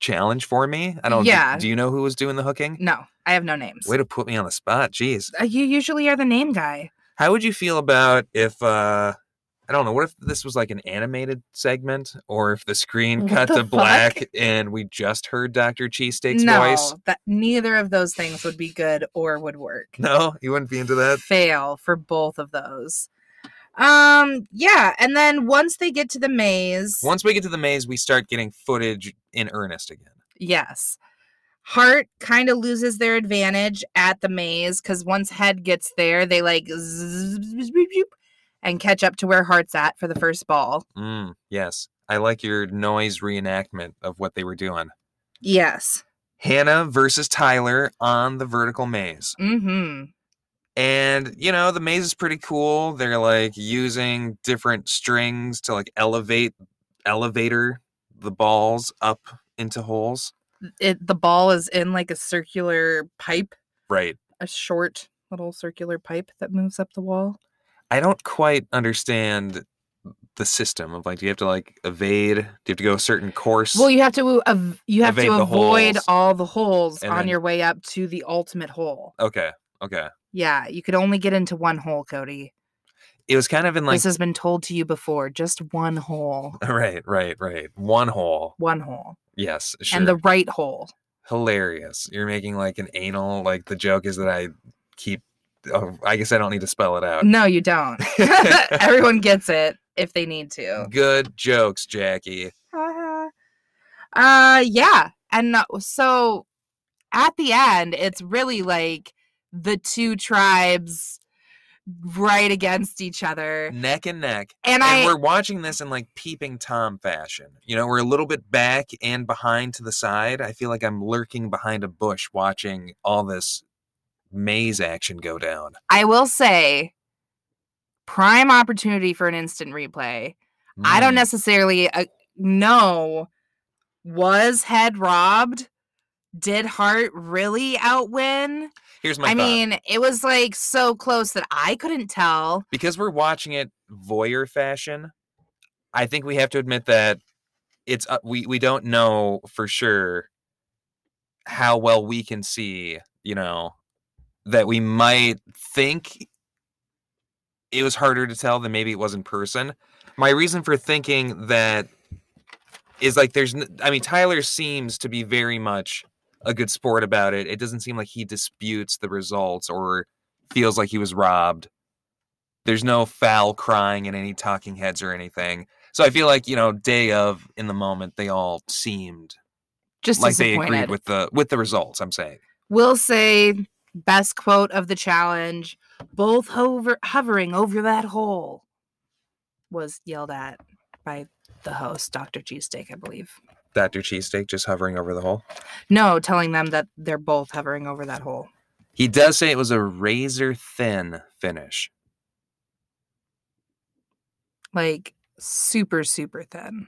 Speaker 1: challenge for me. I don't. do-
Speaker 2: Yeah.
Speaker 1: Do, you know who was doing the hooking?
Speaker 2: No, I have no names.
Speaker 1: Way to put me on the spot. Jeez.
Speaker 2: Uh, you usually are the name guy.
Speaker 1: How would you feel about if? uh I don't know. What if this was like an animated segment, or if the screen
Speaker 2: What
Speaker 1: cut
Speaker 2: the
Speaker 1: to black
Speaker 2: fuck?
Speaker 1: and we just heard Doctor Cheesesteak's
Speaker 2: no,
Speaker 1: voice?
Speaker 2: that neither of those things would be good or would work.
Speaker 1: No, you wouldn't be into that.
Speaker 2: fail for both of those. Um, yeah, and then once they get to the maze,
Speaker 1: Once we get to the maze, we start getting footage in earnest again.
Speaker 2: yes, Hart kind of loses their advantage at the maze because once Head gets there, they like zzz- zzz- boop- boop and catch up to where Hart's at for the first ball.
Speaker 1: Mm, yes. I like your noise reenactment of what they were doing.
Speaker 2: Yes.
Speaker 1: Hannah versus Tyler on the vertical maze.
Speaker 2: Mm-hmm.
Speaker 1: And, you know, the maze is pretty cool. They're like using different strings to like elevate, elevator the balls up into holes.
Speaker 2: It the ball is in like a circular pipe,
Speaker 1: Right.
Speaker 2: a short little circular pipe that moves up the wall.
Speaker 1: I don't quite understand the system of like, do you have to like evade? Do you have to go a certain course?
Speaker 2: Well, you have to av- you have
Speaker 1: Evade
Speaker 2: to
Speaker 1: the
Speaker 2: avoid
Speaker 1: holes.
Speaker 2: all the holes
Speaker 1: And
Speaker 2: on
Speaker 1: then-
Speaker 2: your way up to the ultimate hole.
Speaker 1: okay. Okay.
Speaker 2: Yeah, you could only get into one hole, Cody.
Speaker 1: It was kind of in like,
Speaker 2: this has been told to you before. Just one hole,
Speaker 1: right, right, right. One hole.
Speaker 2: one hole,
Speaker 1: Yes, sure.
Speaker 2: and the right hole.
Speaker 1: hilarious. You're making like an anal like the joke is that I keep. Oh, I guess I don't need to spell it out.
Speaker 2: No, you don't. Everyone gets it if they need
Speaker 1: Mm.
Speaker 2: to.
Speaker 1: Good jokes, Jackie.
Speaker 2: Haha. uh, yeah. And uh, so at the end, it's really like the two tribes right against each other.
Speaker 1: Neck and neck.
Speaker 2: And,
Speaker 1: Mm, And
Speaker 2: I,
Speaker 1: we're watching this in like peeping Tom fashion. You know, we're a little bit back and behind to the side. I feel like I'm lurking behind a bush watching all this maze action go down.
Speaker 2: I will say, prime opportunity for an instant replay. I don't
Speaker 1: Mm.
Speaker 2: necessarily uh, know was head robbed. Did Hart really outwin?
Speaker 1: Here's Oh my
Speaker 2: I
Speaker 1: thought.
Speaker 2: mean, it was like so close that I couldn't tell.
Speaker 1: because we're watching it voyeur fashion, I think we have to admit that it's uh, we we don't know for sure how well we can see, you know, that we might think it was harder to tell than maybe it was in person. My reason for thinking that is like there's n- I mean Tyler seems to be very much a good sport about it. It doesn't seem like he disputes the results or feels like he was robbed. There's no foul crying and any talking heads or anything. So I feel like you know, day of in the moment, they all seemed
Speaker 2: Just
Speaker 1: like they
Speaker 2: disappointed.
Speaker 1: agreed with the with the results. I'm saying
Speaker 2: will say best quote of the challenge both hover- hovering over that hole was yelled at by the host dr cheesesteak i believe
Speaker 1: Dr. Cheesesteak just hovering over the hole.
Speaker 2: no telling them that they're both hovering over that hole
Speaker 1: He does say it was a razor thin finish.
Speaker 2: like super super thin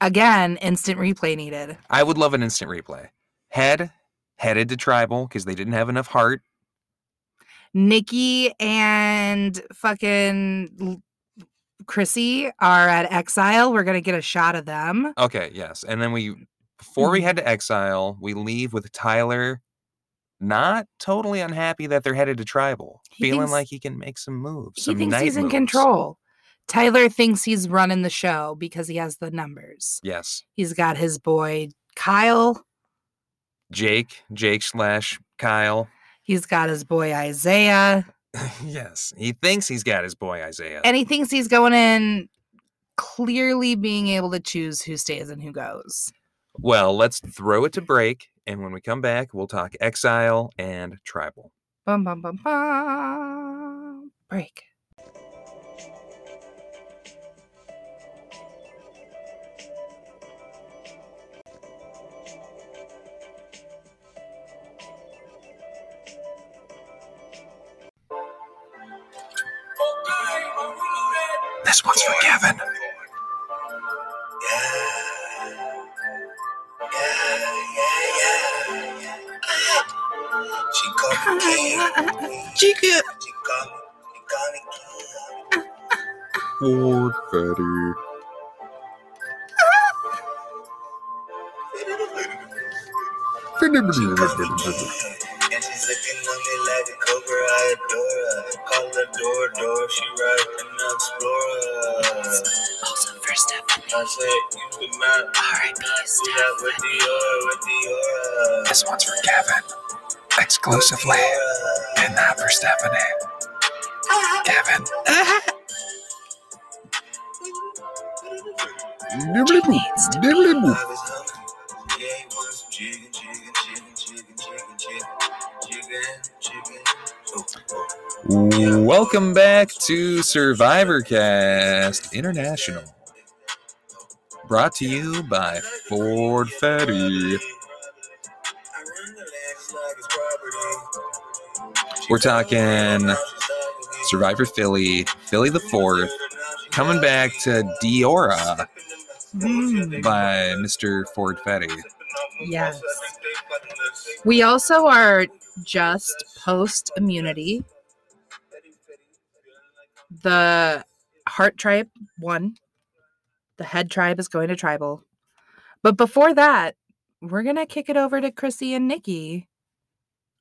Speaker 2: again instant replay needed
Speaker 1: I would love an instant replay. Head headed to tribal because they didn't have enough heart.
Speaker 2: nikki and fucking L- chrissy are at exile we're gonna get a shot of them
Speaker 1: Okay, yes, and then we before
Speaker 2: Mm-hmm.
Speaker 1: we head to exile, we leave with Tyler. Not totally unhappy that they're headed to tribal,
Speaker 2: He
Speaker 1: feeling
Speaker 2: thinks-
Speaker 1: like he can make some moves.
Speaker 2: he
Speaker 1: some
Speaker 2: thinks
Speaker 1: night
Speaker 2: he's in
Speaker 1: moves.
Speaker 2: control. Tyler thinks he's running the show because he has the numbers.
Speaker 1: Yes,
Speaker 2: He's got his boy Kyle.
Speaker 1: Jake, Jake slash Kyle.
Speaker 2: He's got his boy Isaiah.
Speaker 1: yes, he thinks he's got his boy Isaiah.
Speaker 2: And he thinks he's going in clearly being able to choose who stays and who goes.
Speaker 1: well, let's throw it to break, and when we come back, we'll talk exile and tribal.
Speaker 2: Bum, bum, bum, bum. Break.
Speaker 1: This one's for Kevin.
Speaker 3: Chica.
Speaker 1: Lord Fatty.
Speaker 3: And she's looking at me like a cobra, I adore her. Call her door, door, she right in the explorer.
Speaker 4: Also, first step,
Speaker 3: I said, you the man,
Speaker 4: R.I.P.
Speaker 3: do that with Dior, with Dior.
Speaker 1: This one's for Kevin. Exclusively. And not for Stephanie. Kevin.
Speaker 4: needs to
Speaker 3: I was hungry. Yeah, he wants some chicken, chicken, chicken, chicken, chicken, chicken, chicken, chicken. Oh, oh.
Speaker 1: Welcome back to Survivor Cast International. Brought to you by Ford Fatty. We're talking Survivor Philly, Philly the Fourth, coming back to Diora Mm-hmm.
Speaker 2: Mm.
Speaker 1: by Mr. Ford Fetty.
Speaker 2: Yes. We also are just post immunity. The heart tribe won. The head tribe is going to tribal. But before that, we're going to kick it over to Chrissy and Nikki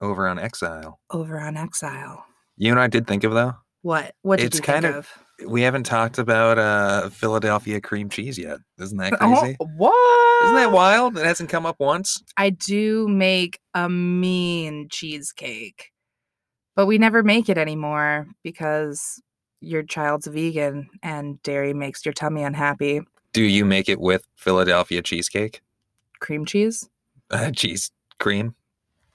Speaker 1: over on Exile.
Speaker 2: over on Exile.
Speaker 1: You and I did think of though.
Speaker 2: What? What did
Speaker 1: It's
Speaker 2: you
Speaker 1: kind
Speaker 2: think
Speaker 1: of
Speaker 2: of?
Speaker 1: We haven't talked about uh, Philadelphia cream cheese yet. Isn't that crazy?
Speaker 2: Oh, what?
Speaker 1: Isn't that wild? It hasn't come up once.
Speaker 2: I do make a mean cheesecake. But we never make it anymore because your child's vegan and dairy makes your tummy unhappy.
Speaker 1: Do you make it with Philadelphia cheesecake?
Speaker 2: Cream cheese?
Speaker 1: Uh, cheese cream?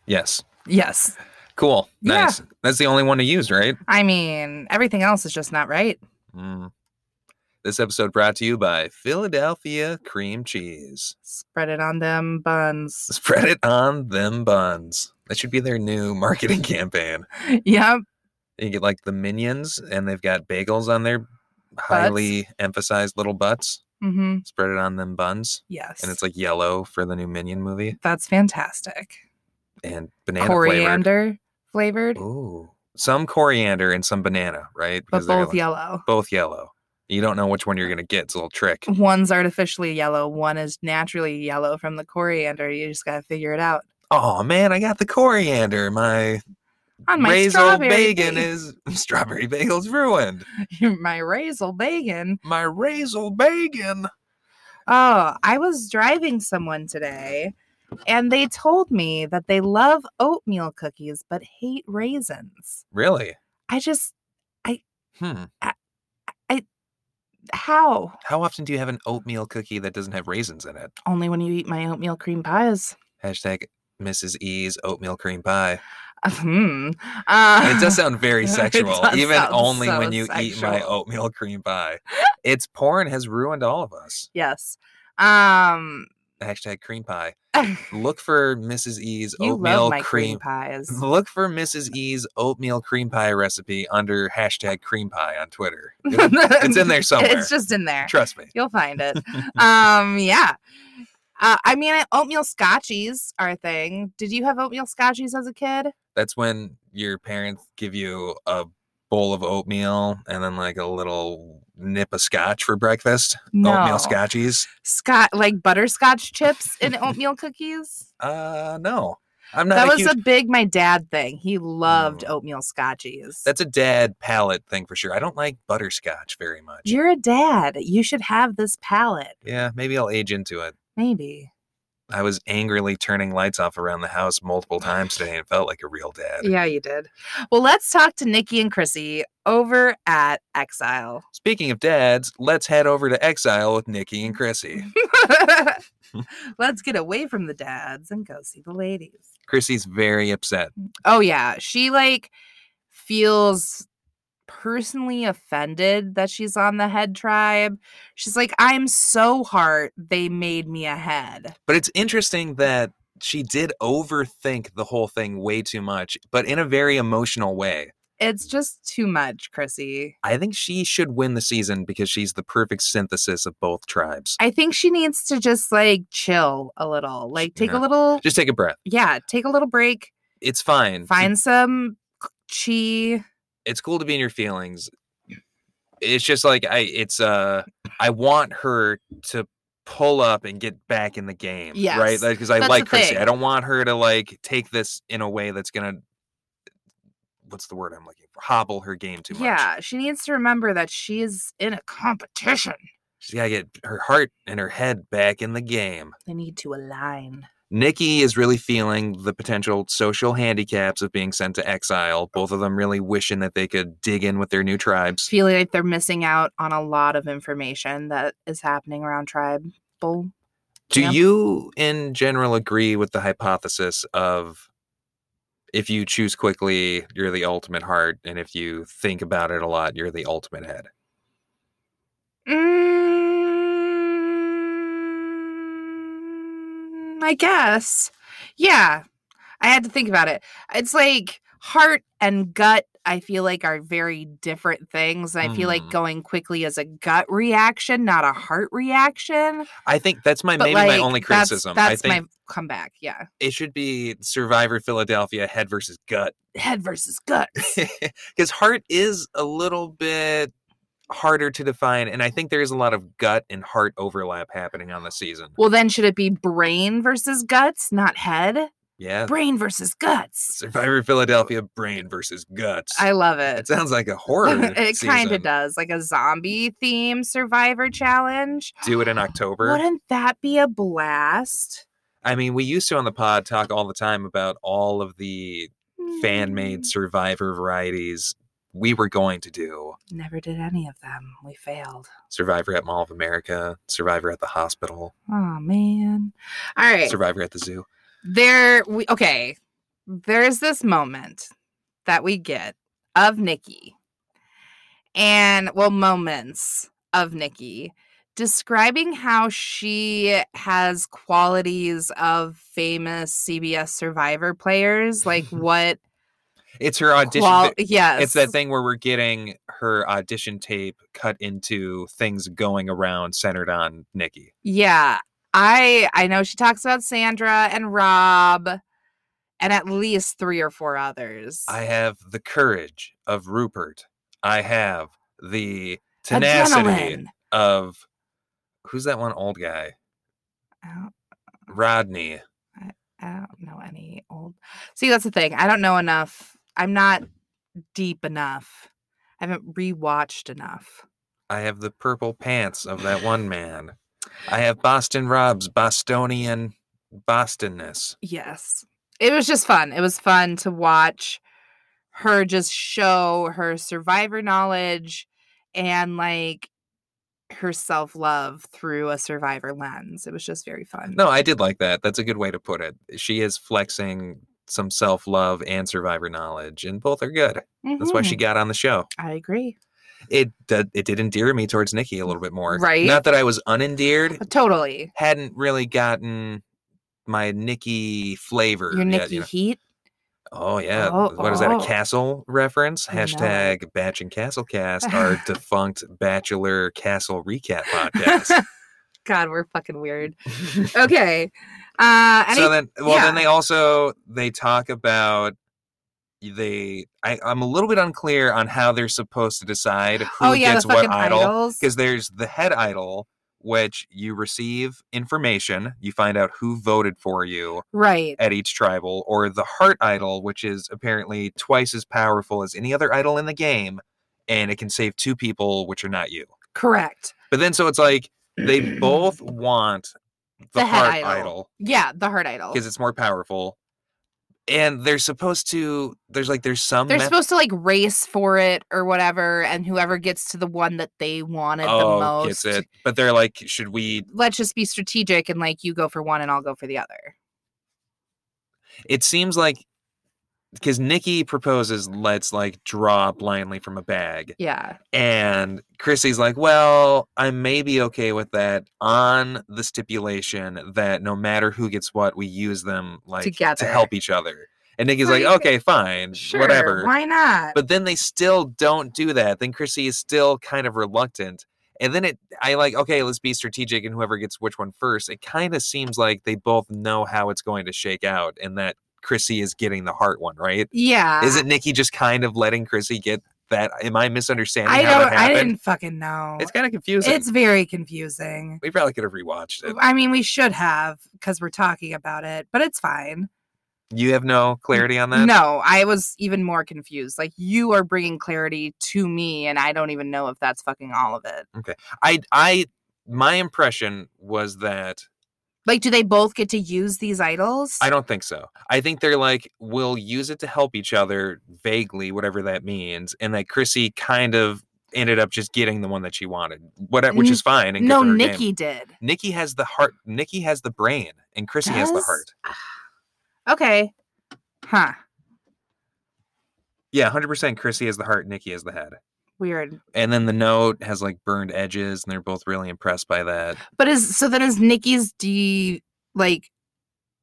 Speaker 1: Yes.
Speaker 2: Yes.
Speaker 1: Cool.
Speaker 2: Yeah.
Speaker 1: Nice. That's the only one to use, right?
Speaker 2: I mean, everything else is just not right.
Speaker 1: Mm. This episode brought to you by Philadelphia cream cheese.
Speaker 2: Spread it on them buns.
Speaker 1: Spread it on them buns. That should be their new marketing campaign.
Speaker 2: yep.
Speaker 1: You get like the minions, and they've got bagels on their highly emphasized little butts.
Speaker 2: Mm-hmm.
Speaker 1: Spread it on them buns.
Speaker 2: Yes.
Speaker 1: And it's like yellow for the new Minion movie
Speaker 2: That's fantastic.
Speaker 1: and banana flavored.
Speaker 2: Coriander flavored,
Speaker 1: Ooh. Some coriander and some banana, right?
Speaker 2: but
Speaker 1: they're
Speaker 2: both
Speaker 1: like-
Speaker 2: yellow.
Speaker 1: both yellow. You don't know which one
Speaker 2: Uh,
Speaker 1: you're going to get. It's a little trick.
Speaker 2: One's artificially yellow, one is naturally yellow from the coriander. You just got to figure it out.
Speaker 1: Oh, man, I got the coriander. My
Speaker 2: On my
Speaker 1: Raisel
Speaker 2: strawberry
Speaker 1: bacon
Speaker 2: ba-
Speaker 1: is strawberry bagel's ruined.
Speaker 2: my raisel bacon.
Speaker 1: My Raisel bacon.
Speaker 2: Oh, I was driving someone today and they told me that they love oatmeal cookies but hate raisins.
Speaker 1: Really?
Speaker 2: I just
Speaker 1: Hmm.
Speaker 2: how?
Speaker 1: How often do you have an oatmeal cookie that doesn't have raisins in it?
Speaker 2: Only when you eat my oatmeal cream pies.
Speaker 1: Hashtag Mrs. E's oatmeal cream pie.
Speaker 2: Hmm. Uh,
Speaker 1: It does sound very
Speaker 2: It
Speaker 1: sexual,
Speaker 2: does
Speaker 1: even
Speaker 2: sound
Speaker 1: only
Speaker 2: so
Speaker 1: when you eat my
Speaker 2: sexual.
Speaker 1: oatmeal cream pie. It's porn has ruined all of us.
Speaker 2: Yes. Um
Speaker 1: Hashtag cream pie.
Speaker 2: you
Speaker 1: Look for Mrs. E's oatmeal
Speaker 2: love my
Speaker 1: cream.
Speaker 2: cream, pies.
Speaker 1: Look for Mrs. E's oatmeal cream pie recipe under hashtag cream pie on Twitter. It'll- it's in there somewhere.
Speaker 2: It's just in there.
Speaker 1: Trust me.
Speaker 2: You'll find it. um, yeah. Uh, I mean, oatmeal scotchies are a thing. Did you have oatmeal scotchies as a kid?
Speaker 1: That's when your parents give you a bowl of oatmeal and then like a little nip of scotch for breakfast. Oatmeal scotchies.
Speaker 2: Scot like butterscotch chips and oatmeal cookies.
Speaker 1: Uh, no. I'm not
Speaker 2: that
Speaker 1: a
Speaker 2: was
Speaker 1: huge
Speaker 2: a big my dad thing. He loved
Speaker 1: Mm.
Speaker 2: oatmeal scotchies.
Speaker 1: That's a dad palate thing for sure. I don't like butterscotch very much.
Speaker 2: You're a dad. You should have this palette.
Speaker 1: yeah, maybe I'll age into it.
Speaker 2: Maybe.
Speaker 1: I was angrily turning lights off around the house multiple times today and felt like a real dad.
Speaker 2: Yeah, you did. Well, let's talk to Nikki and Chrissy over at Exile.
Speaker 1: Speaking of dads, let's head over to Exile with Nikki and Chrissy.
Speaker 2: Let's get away from the dads and go see the ladies.
Speaker 1: Chrissy's very upset.
Speaker 2: Oh yeah, she like feels personally offended that she's on the head tribe. She's like, "I'm so hurt they made me a head."
Speaker 1: But it's interesting that she did overthink the whole thing way too much, but in a very emotional way.
Speaker 2: It's just too much, Chrissy.
Speaker 1: I think she should win the season because she's the perfect synthesis of both tribes.
Speaker 2: I think she needs to just like chill a little. Like take
Speaker 1: Yeah.
Speaker 2: a little
Speaker 1: Just take a breath.
Speaker 2: yeah, take a little break,
Speaker 1: It's fine. She
Speaker 2: find some chi.
Speaker 1: it's cool to be in your feelings. It's just like I it's uh I want her to pull up and get back in the game. Right?
Speaker 2: Yes,
Speaker 1: Like because I
Speaker 2: that's the
Speaker 1: like Chrissy. I
Speaker 2: thing.
Speaker 1: don't want her to like take this in a way that's gonna what's the word I'm looking for? Hobble her game too much.
Speaker 2: Yeah, she needs to remember that she is in a competition.
Speaker 1: She's gotta get her heart and her head back in the game.
Speaker 2: They need to align.
Speaker 1: Nikki is really feeling the potential social handicaps of being sent to exile. Both of them really wishing that they could dig in with their new tribes.
Speaker 2: feeling like they're missing out on a lot of information that is happening around tribal.
Speaker 1: Do
Speaker 2: Yeah.
Speaker 1: you, in general, agree with the hypothesis of if you choose quickly, you're the ultimate heart, and if you think about it a lot, you're the ultimate head?
Speaker 2: Mm, I guess. Yeah. I had to think about it. It's like heart and gut, I feel like, are very different things. And I feel like
Speaker 1: Mm.
Speaker 2: going quickly is a gut reaction, not a heart reaction.
Speaker 1: I think that's my
Speaker 2: But
Speaker 1: maybe
Speaker 2: like,
Speaker 1: my only
Speaker 2: that's-
Speaker 1: criticism.
Speaker 2: That's,
Speaker 1: I think
Speaker 2: my comeback. Yeah.
Speaker 1: it should be Survivor Philadelphia head versus gut
Speaker 2: Head versus guts.
Speaker 1: because heart is a little bit harder to define, and I think there is a lot of gut and heart overlap happening on the season.
Speaker 2: well, then should it be brain versus guts, not head?
Speaker 1: Yeah,
Speaker 2: brain versus guts.
Speaker 1: Survivor Philadelphia brain versus guts.
Speaker 2: I love
Speaker 1: it
Speaker 2: it.
Speaker 1: sounds like a horror.
Speaker 2: it kind
Speaker 1: season.
Speaker 2: of does, like a zombie theme survivor challenge.
Speaker 1: do it in October.
Speaker 2: Wouldn't that be a blast?
Speaker 1: I mean, we used to on the pod talk all the time about all of the fan
Speaker 2: Mm.
Speaker 1: made survivor varieties we were going to do.
Speaker 2: Hmm, Never did any of them. We failed.
Speaker 1: Survivor at Mall of America, Survivor at the hospital,
Speaker 2: Oh man. All right.
Speaker 1: Survivor at the zoo.
Speaker 2: there we okay there's this moment that we get of nikki and well moments of nikki describing how she has qualities of famous cbs survivor players like what
Speaker 1: It's her audition.
Speaker 2: qual-
Speaker 1: vi-
Speaker 2: yes
Speaker 1: It's that thing where we're getting her audition tape cut into things going around centered on Nikki.
Speaker 2: Yeah. I I know she talks about Sandra and Rob and at least three or four others.
Speaker 1: I have the courage of Rupert. I have the tenacity
Speaker 2: Adrenaline.
Speaker 1: of who's that one old guy?
Speaker 2: I don't,
Speaker 1: Rodney.
Speaker 2: I don't know any old See, that's the thing. I don't know enough. I'm not deep enough. I haven't rewatched enough.
Speaker 1: I have the purple pants of that one man. I have Boston Rob's Bostonian Bostonness.
Speaker 2: Yes. It was just fun. It was fun to watch her just show her survivor knowledge and like her self-love through a survivor lens. It was just very fun.
Speaker 1: No, I did like that. That's a good way to put it. She is flexing some self love and survivor knowledge, and both are good. That's why she got on the show.
Speaker 2: Mm-hmm. I agree.
Speaker 1: It did, it did endear me towards Nikki a little bit more.
Speaker 2: Right.
Speaker 1: Not that I was unendeared.
Speaker 2: Totally.
Speaker 1: Hadn't really gotten my Nikki flavor.
Speaker 2: Your
Speaker 1: yet,
Speaker 2: Nikki
Speaker 1: you know.
Speaker 2: Heat.
Speaker 1: Oh yeah.
Speaker 2: Oh,
Speaker 1: what is that?
Speaker 2: oh.
Speaker 1: A castle reference?
Speaker 2: I know it.
Speaker 1: Hashtag Batch and Castle Cast, our defunct Bachelor Castle recap podcast.
Speaker 2: God, we're fucking weird. Okay. Uh any,
Speaker 1: so then well
Speaker 2: yeah.
Speaker 1: then they also they talk about they I, I'm a little bit unclear on how they're supposed to decide who
Speaker 2: Oh yeah,
Speaker 1: gets
Speaker 2: the
Speaker 1: what
Speaker 2: fucking
Speaker 1: idol.
Speaker 2: idols.
Speaker 1: Because there's the head idol, which you receive information, you find out who voted for you
Speaker 2: Right.
Speaker 1: at each tribal, or the heart idol, which is apparently twice as powerful as any other idol in the game, and it can save two people, which are not you.
Speaker 2: Correct.
Speaker 1: But then so it's like they both want the,
Speaker 2: The head
Speaker 1: heart
Speaker 2: idol.
Speaker 1: idol
Speaker 2: Yeah, the heart idol.
Speaker 1: because it's more powerful. And they're supposed to. There's like there's some.
Speaker 2: They're
Speaker 1: meth-
Speaker 2: supposed to like race for it or whatever, and whoever gets to the one that they wanted the
Speaker 1: oh,
Speaker 2: most.
Speaker 1: gets it. But they're like, should we?
Speaker 2: Let's just be strategic and like you go for one and I'll go for the other.
Speaker 1: It seems like because Nikki proposes, let's like draw blindly from a bag,
Speaker 2: Yeah.
Speaker 1: and Chrissy's like, well, I may be okay with that on the stipulation that no matter who gets what, we use them like to
Speaker 2: Together.
Speaker 1: help each other. And Nikki's like,
Speaker 2: Like,
Speaker 1: okay, fine,
Speaker 2: Sure.
Speaker 1: whatever.
Speaker 2: Why not?
Speaker 1: but then they still don't do that then chrissy is still kind of reluctant and then it i like okay let's be strategic and whoever gets which one first it kind of seems like they both know how it's going to shake out and that chrissy is getting the heart one right
Speaker 2: yeah.
Speaker 1: isn't nikki just kind of letting chrissy get that am i misunderstanding
Speaker 2: I
Speaker 1: how it
Speaker 2: don't I
Speaker 1: happened
Speaker 2: didn't fucking know.
Speaker 1: it's kind of confusing
Speaker 2: it's very confusing.
Speaker 1: we probably could have rewatched it
Speaker 2: I mean, we should have because we're talking about it, but it's fine.
Speaker 1: you have no clarity on that
Speaker 2: no, I was even more confused. Like, you are bringing clarity to me, and I don't even know if that's fucking all of it.
Speaker 1: i i my impression was that
Speaker 2: Like, do they both get to use these idols?
Speaker 1: I don't think so. I think they're like, we'll use it to help each other vaguely, whatever that means. And that Chrissy kind of ended up just getting the one that she wanted, whatever, which
Speaker 2: N-
Speaker 1: is fine. And good
Speaker 2: No,
Speaker 1: for her game.
Speaker 2: Nikki did.
Speaker 1: Nikki has the heart. Nikki has the brain, and Chrissy has the
Speaker 2: Does?
Speaker 1: heart.
Speaker 2: Okay. Huh.
Speaker 1: Yeah, hundred percent. Chrissy has the heart. Nikki has the head.
Speaker 2: Weird.
Speaker 1: And then the note has like burned edges, and they're both really impressed by that.
Speaker 2: But is so then is Nikki's D like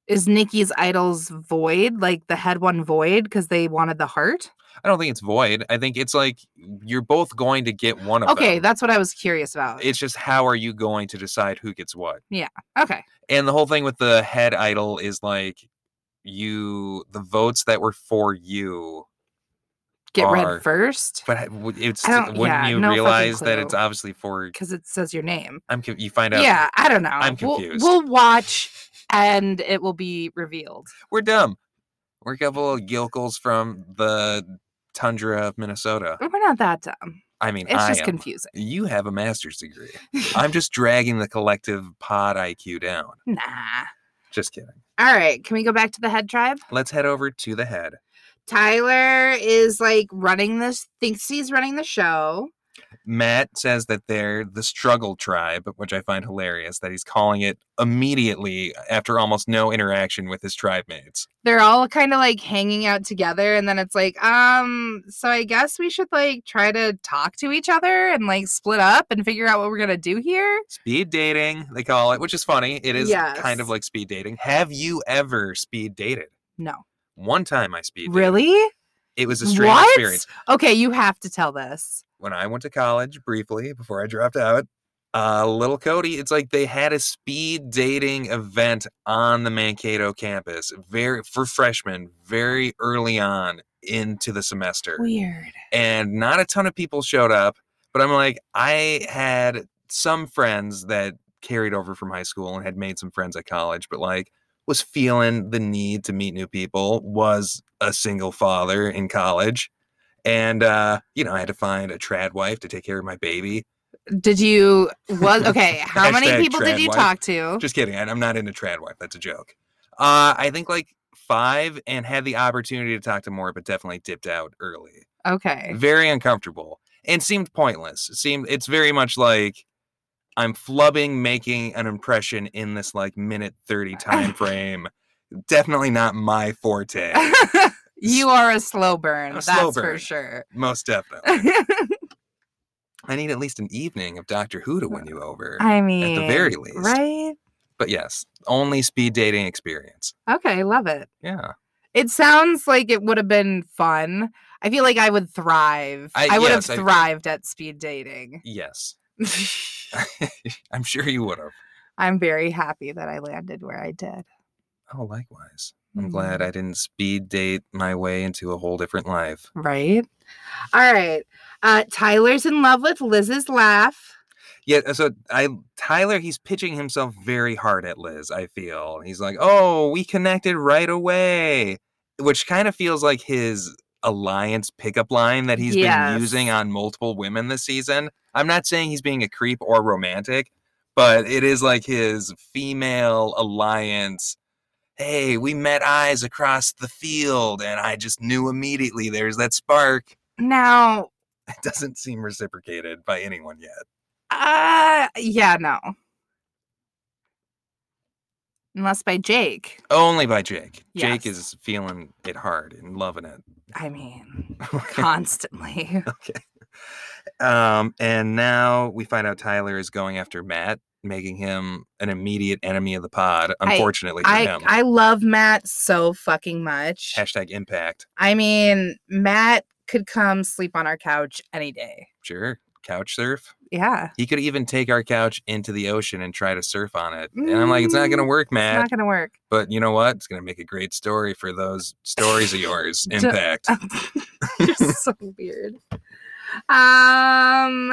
Speaker 2: is Nikki's idols void? Like the head one void because they wanted the heart?
Speaker 1: I don't think it's void. I think it's like you're both going to get one of
Speaker 2: Okay,
Speaker 1: them.
Speaker 2: that's what I was curious about.
Speaker 1: It's just how are you going to decide who gets what?
Speaker 2: okay.
Speaker 1: and the whole thing with the head idol is like you the votes that were for you
Speaker 2: Get
Speaker 1: Are.
Speaker 2: red first.
Speaker 1: but ha- w- it's
Speaker 2: I don't-
Speaker 1: wouldn't
Speaker 2: yeah,
Speaker 1: you
Speaker 2: no fucking
Speaker 1: realize that it's
Speaker 2: clue.
Speaker 1: obviously for
Speaker 2: Because it says your name.
Speaker 1: i'm co- you find out
Speaker 2: Yeah, I don't know.
Speaker 1: I'm
Speaker 2: We'll-
Speaker 1: confused.
Speaker 2: We'll, watch and it will be revealed.
Speaker 1: we're dumb we're a couple of gilkles from the tundra of minnesota
Speaker 2: But We're not that dumb.
Speaker 1: i mean
Speaker 2: It's
Speaker 1: I
Speaker 2: just
Speaker 1: am.
Speaker 2: confusing.
Speaker 1: you have a master's degree i'm just dragging the collective pod iq down
Speaker 2: Nah.
Speaker 1: just kidding
Speaker 2: All right. Can we go back to the head tribe?
Speaker 1: let's head over to the head
Speaker 2: Tyler is like running this, thinks he's running the show.
Speaker 1: Matt says that they're the struggle tribe, which I find hilarious that he's calling it immediately after almost no interaction with his tribe mates.
Speaker 2: They're all kind of like hanging out together. And then it's like, um, so I guess we should like try to talk to each other and like split up and figure out what we're going to do here.
Speaker 1: Speed dating, they call it, which is funny. It is kind of
Speaker 2: Yes.
Speaker 1: like speed dating. Have you ever speed dated?
Speaker 2: No.
Speaker 1: One time I speed dated.
Speaker 2: Really?
Speaker 1: It was a strange
Speaker 2: What?
Speaker 1: experience.
Speaker 2: Okay, you have to tell this.
Speaker 1: When I went to college briefly before I dropped out, uh, little Cody, it's like they had a speed dating event on the Mankato campus, very for freshmen, very early on into the semester.
Speaker 2: Weird.
Speaker 1: and not a ton of people showed up. But I'm like, I had some friends that carried over from high school and had made some friends at college, but like was feeling the need to meet new people, was a single father in college. And uh, you know, I had to find a trad wife to take care of my baby.
Speaker 2: Did you was okay? How
Speaker 1: Hashtag
Speaker 2: many people did
Speaker 1: trad
Speaker 2: you
Speaker 1: wife.
Speaker 2: talk to?
Speaker 1: Just kidding. I- I'm not into trad wife. That's a joke. Uh, I think like five and had the opportunity to talk to more, but definitely dipped out early.
Speaker 2: Okay,
Speaker 1: very uncomfortable and seemed pointless it seemed it's very much like i'm flubbing making an impression in this like minute 30 time frame definitely not my forte
Speaker 2: you are a slow
Speaker 1: I'm
Speaker 2: burn.
Speaker 1: a
Speaker 2: that's
Speaker 1: slow burn.
Speaker 2: for sure.
Speaker 1: most definitely i need at least an evening of doctor who to win you over
Speaker 2: I mean,
Speaker 1: very least.
Speaker 2: right?
Speaker 1: but yes only speed dating experience
Speaker 2: Okay, love it.
Speaker 1: yeah
Speaker 2: It sounds like it would have been fun. I feel like I would thrive.
Speaker 1: I-
Speaker 2: I, would
Speaker 1: yes, I-
Speaker 2: have thrived at speed dating.
Speaker 1: yes i'm sure you would have
Speaker 2: I'm very happy that I landed where I did.
Speaker 1: oh likewise i'm glad i didn't speed date my way into a whole different life
Speaker 2: Right? All right. Uh, Tyler's in love with Liz's laugh.
Speaker 1: Yeah, so I Tyler, he's pitching himself very hard at Liz, I feel. He's like, "Oh, we connected right away." Which kind of feels like his alliance pickup line that he's been using
Speaker 2: Yes.
Speaker 1: on multiple women this season. I'm not saying he's being a creep or romantic, but it is like his female alliance. Hey, we met eyes across the field and I just knew immediately there's that spark.
Speaker 2: Now,
Speaker 1: It doesn't seem reciprocated by anyone yet.
Speaker 2: uh, yeah, no. Unless by Jake.
Speaker 1: Only by Jake. Jake
Speaker 2: Yes.
Speaker 1: is feeling it hard and loving it.
Speaker 2: I mean, constantly.
Speaker 1: um, and now we find out Tyler is going after Matt, making him an immediate enemy of the pod,
Speaker 2: I-
Speaker 1: unfortunately for
Speaker 2: I
Speaker 1: him.
Speaker 2: I love Matt so fucking much.
Speaker 1: Hashtag impact.
Speaker 2: I mean, Matt could come sleep on our couch any day.
Speaker 1: Sure. Couch surf.
Speaker 2: Yeah.
Speaker 1: He could even take our couch into the ocean and try to surf on it. And I'm like, it's not going to
Speaker 2: Mm,
Speaker 1: work,
Speaker 2: It's
Speaker 1: Matt.
Speaker 2: not gonna work.
Speaker 1: But you know what? It's going to make a great story for those stories of yours.
Speaker 2: Don't-
Speaker 1: Impact.
Speaker 2: You're so weird. Um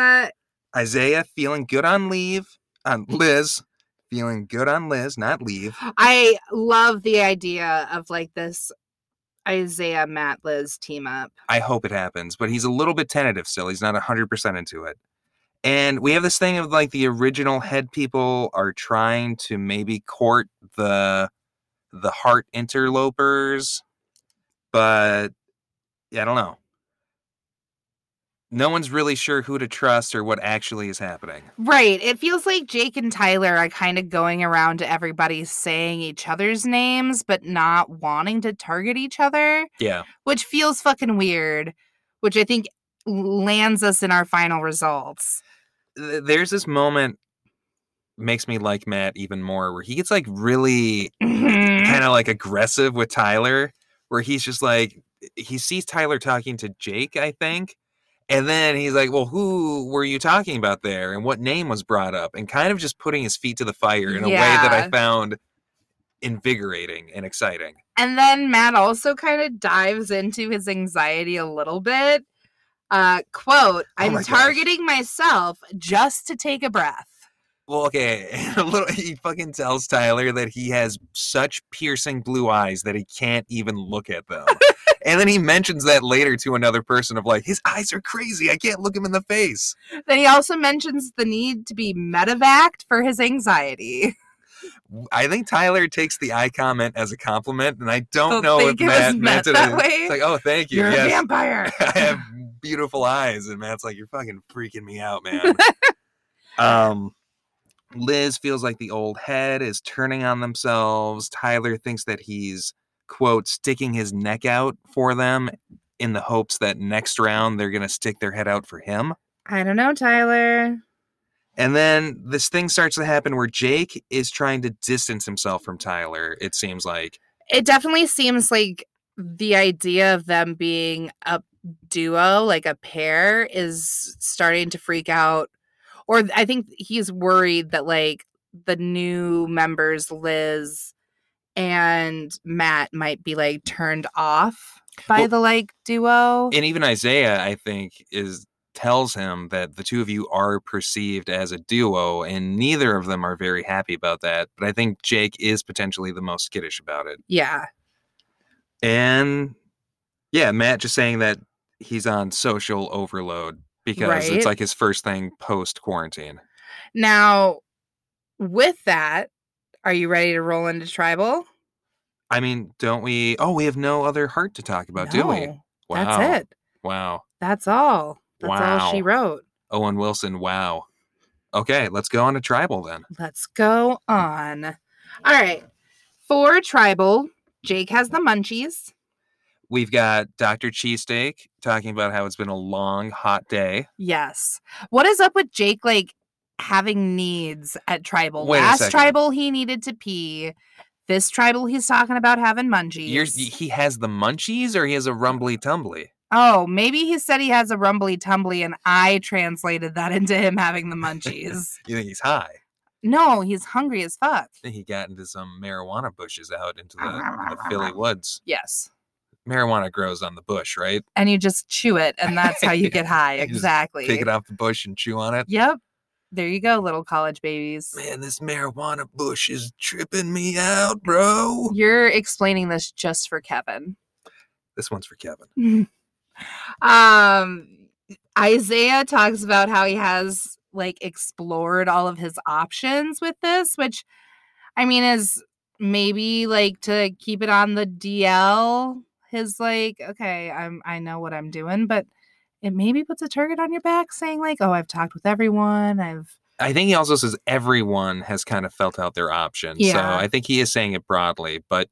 Speaker 1: Isaiah feeling good on leave. On Liz. Feeling good on Liz, not leave.
Speaker 2: I love the idea of like this Isaiah Matt Liz team up.
Speaker 1: I hope it happens, but he's a little bit tentative still. He's not 100% into it. And we have this thing of like the original head people are trying to maybe court the the heart interlopers, but yeah, I don't know. No one's really sure who to trust or what actually is happening.
Speaker 2: Right. It feels like Jake and Tyler are kind of going around to everybody saying each other's names, but not wanting to target each other,
Speaker 1: Yeah.
Speaker 2: which feels fucking weird, which I think l- lands us in our final results.
Speaker 1: th- there's this moment makes me like Matt even more where he gets like really
Speaker 2: Mhm.
Speaker 1: kind of like aggressive with Tyler, where he's just like he sees Tyler talking to Jake, I think, and then he's like, "Well, who were you talking about there, and what name was brought up?" And kind of just putting his feet to the fire in a way that I
Speaker 2: Yeah.
Speaker 1: found invigorating and exciting.
Speaker 2: and then Matt also kind of dives into his anxiety a little bit. Uh, quote, I'm
Speaker 1: Oh my gosh.
Speaker 2: targeting myself just to take a breath.
Speaker 1: Well, okay, and a little he fucking tells Tyler that he has such piercing blue eyes that he can't even look at them. And then he mentions that later to another person of like, his eyes are crazy. I can't look him in the face.
Speaker 2: Then he also mentions the need to be medevaced for his anxiety.
Speaker 1: I think Tyler takes the I comment as a compliment, and I don't
Speaker 2: Don't
Speaker 1: know if
Speaker 2: think it
Speaker 1: Matt
Speaker 2: was meant
Speaker 1: meant it.
Speaker 2: that
Speaker 1: as-
Speaker 2: way.
Speaker 1: It's like, oh, thank you.
Speaker 2: You're a
Speaker 1: yes,
Speaker 2: vampire.
Speaker 1: I have beautiful eyes, and Matt's like, you're fucking freaking me out, man. um, Liz feels like the old head is turning on themselves. Tyler thinks that he's quote sticking his neck out for them in the hopes that next round they're gonna stick their head out for him.
Speaker 2: I don't know, Tyler.
Speaker 1: And then this thing starts to happen where Jake is trying to distance himself from Tyler, it seems like.
Speaker 2: It definitely seems like the idea of them being a duo, like a pair, is starting to freak out. Or th- I think he's worried that like the new members, Liz and Matt, might be like turned off by
Speaker 1: Well,
Speaker 2: the like duo.
Speaker 1: And even Isaiah, I think, is tells him that the two of you are perceived as a duo and neither of them are very happy about that. But I think Jake is potentially the most skittish about it.
Speaker 2: yeah.
Speaker 1: And yeah, Matt just saying that he's on social overload because
Speaker 2: Right.
Speaker 1: it's like his first thing post quarantine.
Speaker 2: Now, with that, are you ready to roll into tribal?
Speaker 1: I mean, don't we oh we have no other heart to talk about, do we?
Speaker 2: No, That's it.
Speaker 1: Wow.
Speaker 2: That's all. That's all she
Speaker 1: Wow.
Speaker 2: wrote.
Speaker 1: Owen Wilson. Wow. Okay, let's go on to tribal then.
Speaker 2: Let's go on. All right. For tribal, Jake has the munchies.
Speaker 1: We've got Dr. Cheesesteak talking about how it's been a long, hot day.
Speaker 2: Yes. What is up with Jake like having needs at tribal?
Speaker 1: Wait a
Speaker 2: Last
Speaker 1: second.
Speaker 2: tribal he needed to pee. This tribal he's talking about having munchies.
Speaker 1: You're, he has the munchies or he has a rumbly tumbly?
Speaker 2: Oh, maybe he said he has a rumbly tumbly and I translated that into him having the munchies.
Speaker 1: You think he's high?
Speaker 2: no, he's hungry as fuck.
Speaker 1: I think he got into some marijuana bushes out into the, in the Philly woods.
Speaker 2: Yes.
Speaker 1: Marijuana grows on the bush, right?
Speaker 2: And you just chew it and that's how you get high.
Speaker 1: You just
Speaker 2: Exactly.
Speaker 1: Take it off the bush and chew on it.
Speaker 2: Yep. There you go, little college babies.
Speaker 1: Man, this marijuana bush is tripping me out, bro.
Speaker 2: You're explaining this just for Kevin.
Speaker 1: This one's for Kevin.
Speaker 2: um Isaiah talks about how he has like explored all of his options with this, which I mean is maybe like to keep it on the DL. His like, okay, I'm I know what I'm doing, but it maybe puts a target on your back saying like, oh, I've talked with everyone. I've
Speaker 1: I think he also says everyone has kind of felt out their option. So
Speaker 2: Yeah.
Speaker 1: I think he is saying it broadly, but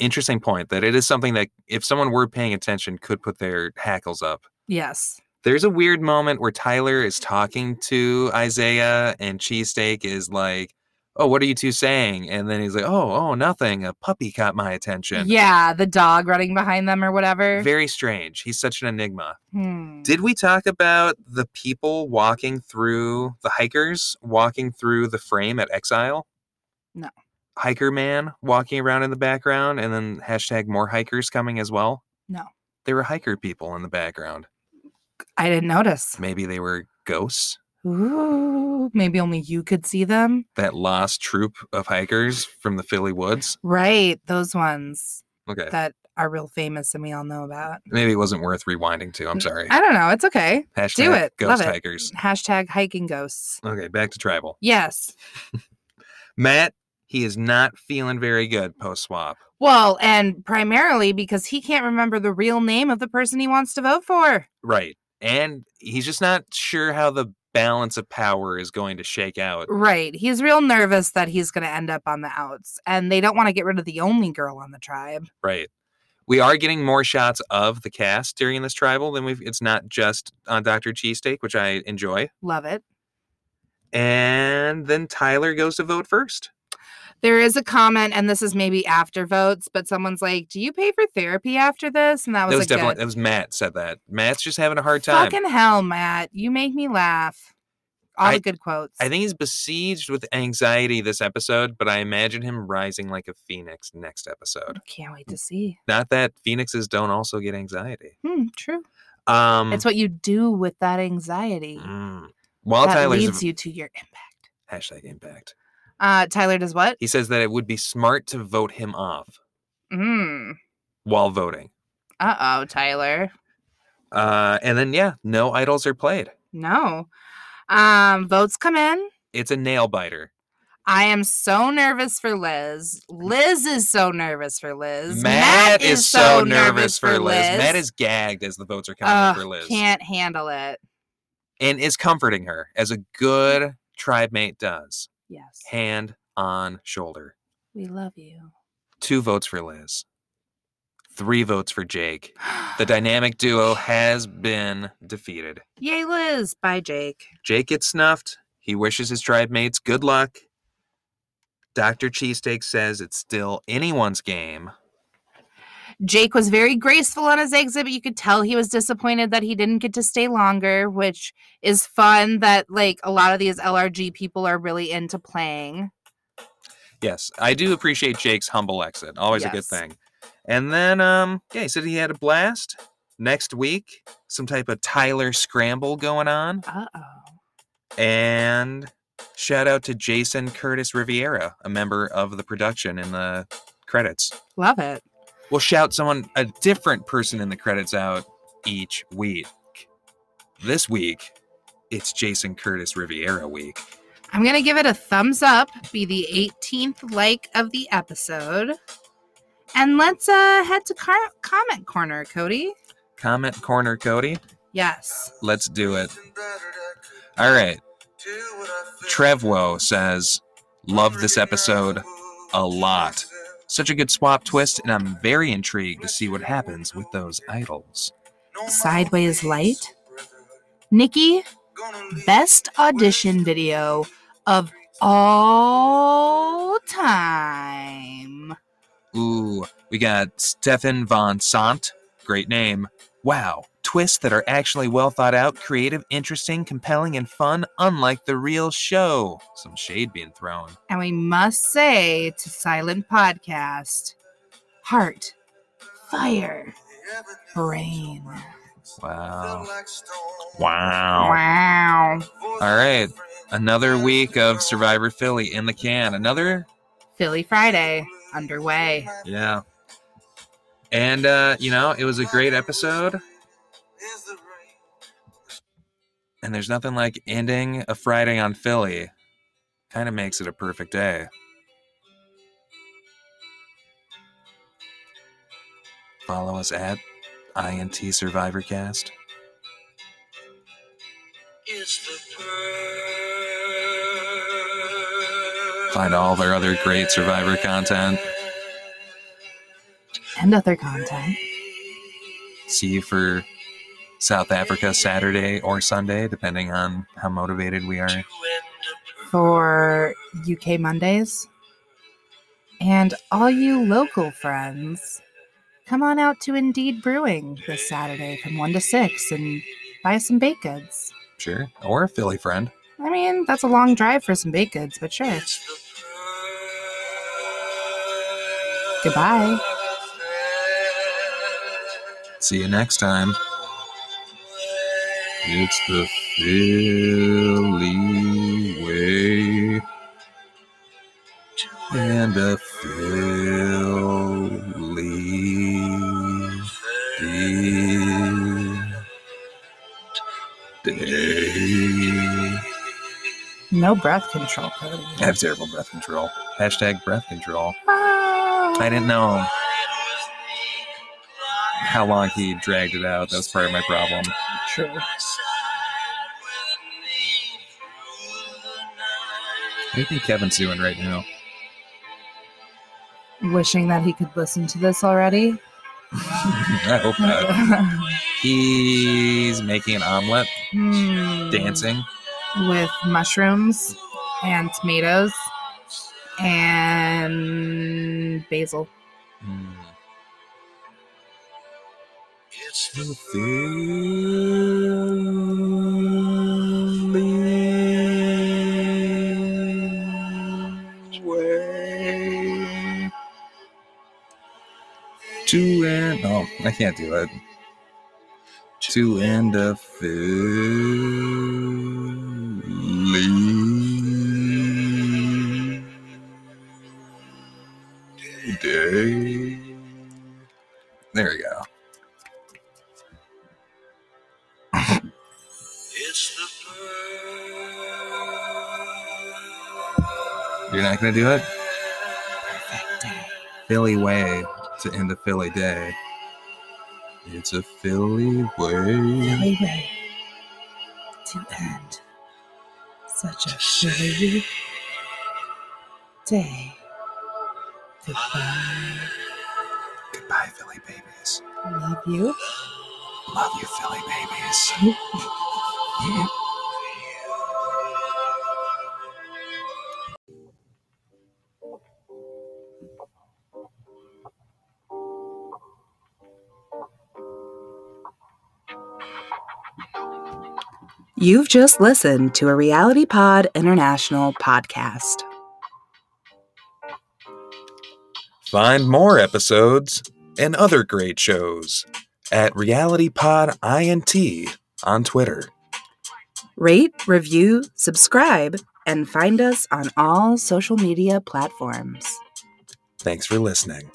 Speaker 1: interesting point that it is something that if someone were paying attention could put their hackles up.
Speaker 2: yes.
Speaker 1: There's a weird moment where Tyler is talking to Isaiah and Cheesesteak is like, Oh, what are you two saying? And then he's like, Oh, oh, nothing. A puppy caught my attention.
Speaker 2: Yeah, the dog running behind them or whatever.
Speaker 1: Very strange. He's such an enigma.
Speaker 2: Hmm.
Speaker 1: Did we talk about the people walking through the hikers walking through the frame at Exile?
Speaker 2: No.
Speaker 1: Hiker man walking around in the background, and then hashtag more hikers coming as well.
Speaker 2: No.
Speaker 1: there were hiker people in the background.
Speaker 2: I didn't notice.
Speaker 1: Maybe they were ghosts.
Speaker 2: Ooh, maybe only you could see them.
Speaker 1: That lost troop of hikers from the Philly woods.
Speaker 2: Right, those ones
Speaker 1: Okay,
Speaker 2: that are real famous and we all know about.
Speaker 1: maybe it wasn't worth rewinding to. I'm sorry.
Speaker 2: I don't know. It's okay.
Speaker 1: Hashtag
Speaker 2: it. Love
Speaker 1: ghost
Speaker 2: it.
Speaker 1: hikers.
Speaker 2: Hashtag hiking ghosts.
Speaker 1: Okay, back to tribal.
Speaker 2: Yes.
Speaker 1: Matt, he is not feeling very good post swap.
Speaker 2: Well, and primarily because he can't remember the real name of the person he wants to vote for.
Speaker 1: Right. And he's just not sure how the balance of power is going to shake out.
Speaker 2: Right. He's real nervous that he's going to end up on the outs, and they don't want to get rid of the only girl on the tribe.
Speaker 1: Right. We are getting more shots of the cast during this tribal than we've it's not just on Dr. Cheesesteak, which I enjoy.
Speaker 2: Love it.
Speaker 1: And then Tyler goes to vote first.
Speaker 2: There is a comment, and this is maybe after votes, but someone's like, Do you pay for therapy after this? And that was,
Speaker 1: that
Speaker 2: a
Speaker 1: was definitely
Speaker 2: good.
Speaker 1: that was Matt said that. Matt's just having a hard time.
Speaker 2: Fucking hell, Matt. You make me laugh. All
Speaker 1: I-
Speaker 2: the good quotes.
Speaker 1: I think he's besieged with anxiety this episode, but I imagine him rising like a phoenix next episode.
Speaker 2: Can't wait to see.
Speaker 1: Not that phoenixes don't also get anxiety.
Speaker 2: Hmm, true.
Speaker 1: Um
Speaker 2: It's what you do with that anxiety
Speaker 1: mm. while
Speaker 2: that
Speaker 1: Tyler's
Speaker 2: leads you to your impact.
Speaker 1: hashtag impact.
Speaker 2: Uh, Tyler does what?
Speaker 1: He says that it would be smart to vote him off
Speaker 2: Mm.
Speaker 1: while voting.
Speaker 2: Uh oh, Tyler.
Speaker 1: Uh, and then, yeah, no idols are played.
Speaker 2: No. Um, votes come in.
Speaker 1: It's a nail biter.
Speaker 2: I am so nervous for Liz. Liz is so nervous for Liz.
Speaker 1: Matt, is, so nervous for Liz. Matt is gagged as the votes are counting
Speaker 2: Ugh,
Speaker 1: for Liz.
Speaker 2: can't handle it.
Speaker 1: And is comforting her as a good tribe mate does.
Speaker 2: Yes.
Speaker 1: Hand on shoulder.
Speaker 2: We love you.
Speaker 1: Two votes for Liz. Three votes for Jake. The dynamic duo has been defeated.
Speaker 2: Yay, Liz. Bye, Jake.
Speaker 1: Jake gets snuffed. He wishes his tribe mates good luck. Dr. Cheesesteak says it's still anyone's game.
Speaker 2: Jake was very graceful on his exit, but you could tell he was disappointed that he didn't get to stay longer, which is fun that like a lot of these LRG people are really into playing.
Speaker 1: Yes, I do appreciate Jake's humble exit. Always a good
Speaker 2: Yes.
Speaker 1: thing. And then, um, yeah, he said he had a blast. Next week, some type of Tyler scramble going on.
Speaker 2: Uh oh.
Speaker 1: And shout out to Jason Curtis Riviera, a member of the production in the credits.
Speaker 2: Love it.
Speaker 1: We'll shout someone, a different person in the credits out each week. This week, it's Jason Curtis Riviera week.
Speaker 2: I'm going to give it a thumbs up, be the 18th like of the episode. And let's uh, head to car- comment corner, Cody.
Speaker 1: Comment corner, Cody.
Speaker 2: Yes.
Speaker 1: Let's do it. All right. Trevwo says, Love this episode a lot. Such a good swap twist, and I'm very intrigued to see what happens with those idols.
Speaker 2: Sideways Light. Nikki, best audition video of all time.
Speaker 1: Ooh, we got Stefan von Sant. Great name. Wow. Twists that are actually well thought out, creative, interesting, compelling, and fun, unlike the real show. Some shade being thrown.
Speaker 2: And we must say to Silent Podcast, heart, fire, brain.
Speaker 1: Wow. Wow.
Speaker 2: Wow.
Speaker 1: All right. Another week of Survivor Philly in the can. Another
Speaker 2: Philly Friday underway.
Speaker 1: Yeah. And uh, you know, it was a great episode. And there's nothing like ending a Friday on Philly. Kind of makes it a perfect day. Follow us at INT SurvivorCast. Find all of our other great Survivor content.
Speaker 2: And other content.
Speaker 1: see you for South Africa Saturday or Sunday, depending on how motivated we are.
Speaker 2: for UK Mondays. And all you local friends, come on out to Indeed Brewing this Saturday from 1 to 6 and buy some baked goods.
Speaker 1: Sure. Or a Philly friend.
Speaker 2: I mean, that's a long drive for some baked goods, but sure. Goodbye.
Speaker 1: See you next time. It's the Philly way and a Philly day.
Speaker 2: No breath control, Cody.
Speaker 1: I have terrible breath control. Hashtag breath control.
Speaker 2: Oh.
Speaker 1: I didn't know how long he dragged it out. That's part of my problem.
Speaker 2: True.
Speaker 1: What do you think Kevin's doing right now?
Speaker 2: Wishing that he could listen to this already.
Speaker 1: I hope not. He's making an omelet,
Speaker 2: Hmm.
Speaker 1: dancing.
Speaker 2: with mushrooms and tomatoes and basil.
Speaker 1: Mm. The Philly way to end. Oh, I can't do it. To end a Philly day. There we go.
Speaker 3: It's the bird.
Speaker 1: You're not gonna do it?
Speaker 2: Perfect day.
Speaker 1: Philly way to end a Philly day. It's a Philly way.
Speaker 2: Philly way to end such a Philly day. Goodbye.
Speaker 1: Goodbye, Philly babies.
Speaker 2: Love you.
Speaker 1: Love you, Philly babies.
Speaker 2: You've just listened to a Reality Pod International podcast.
Speaker 1: Find more episodes and other great shows at RealityPodINT on Twitter.
Speaker 2: Rate, review, subscribe, and find us on all social media platforms.
Speaker 1: Thanks for listening.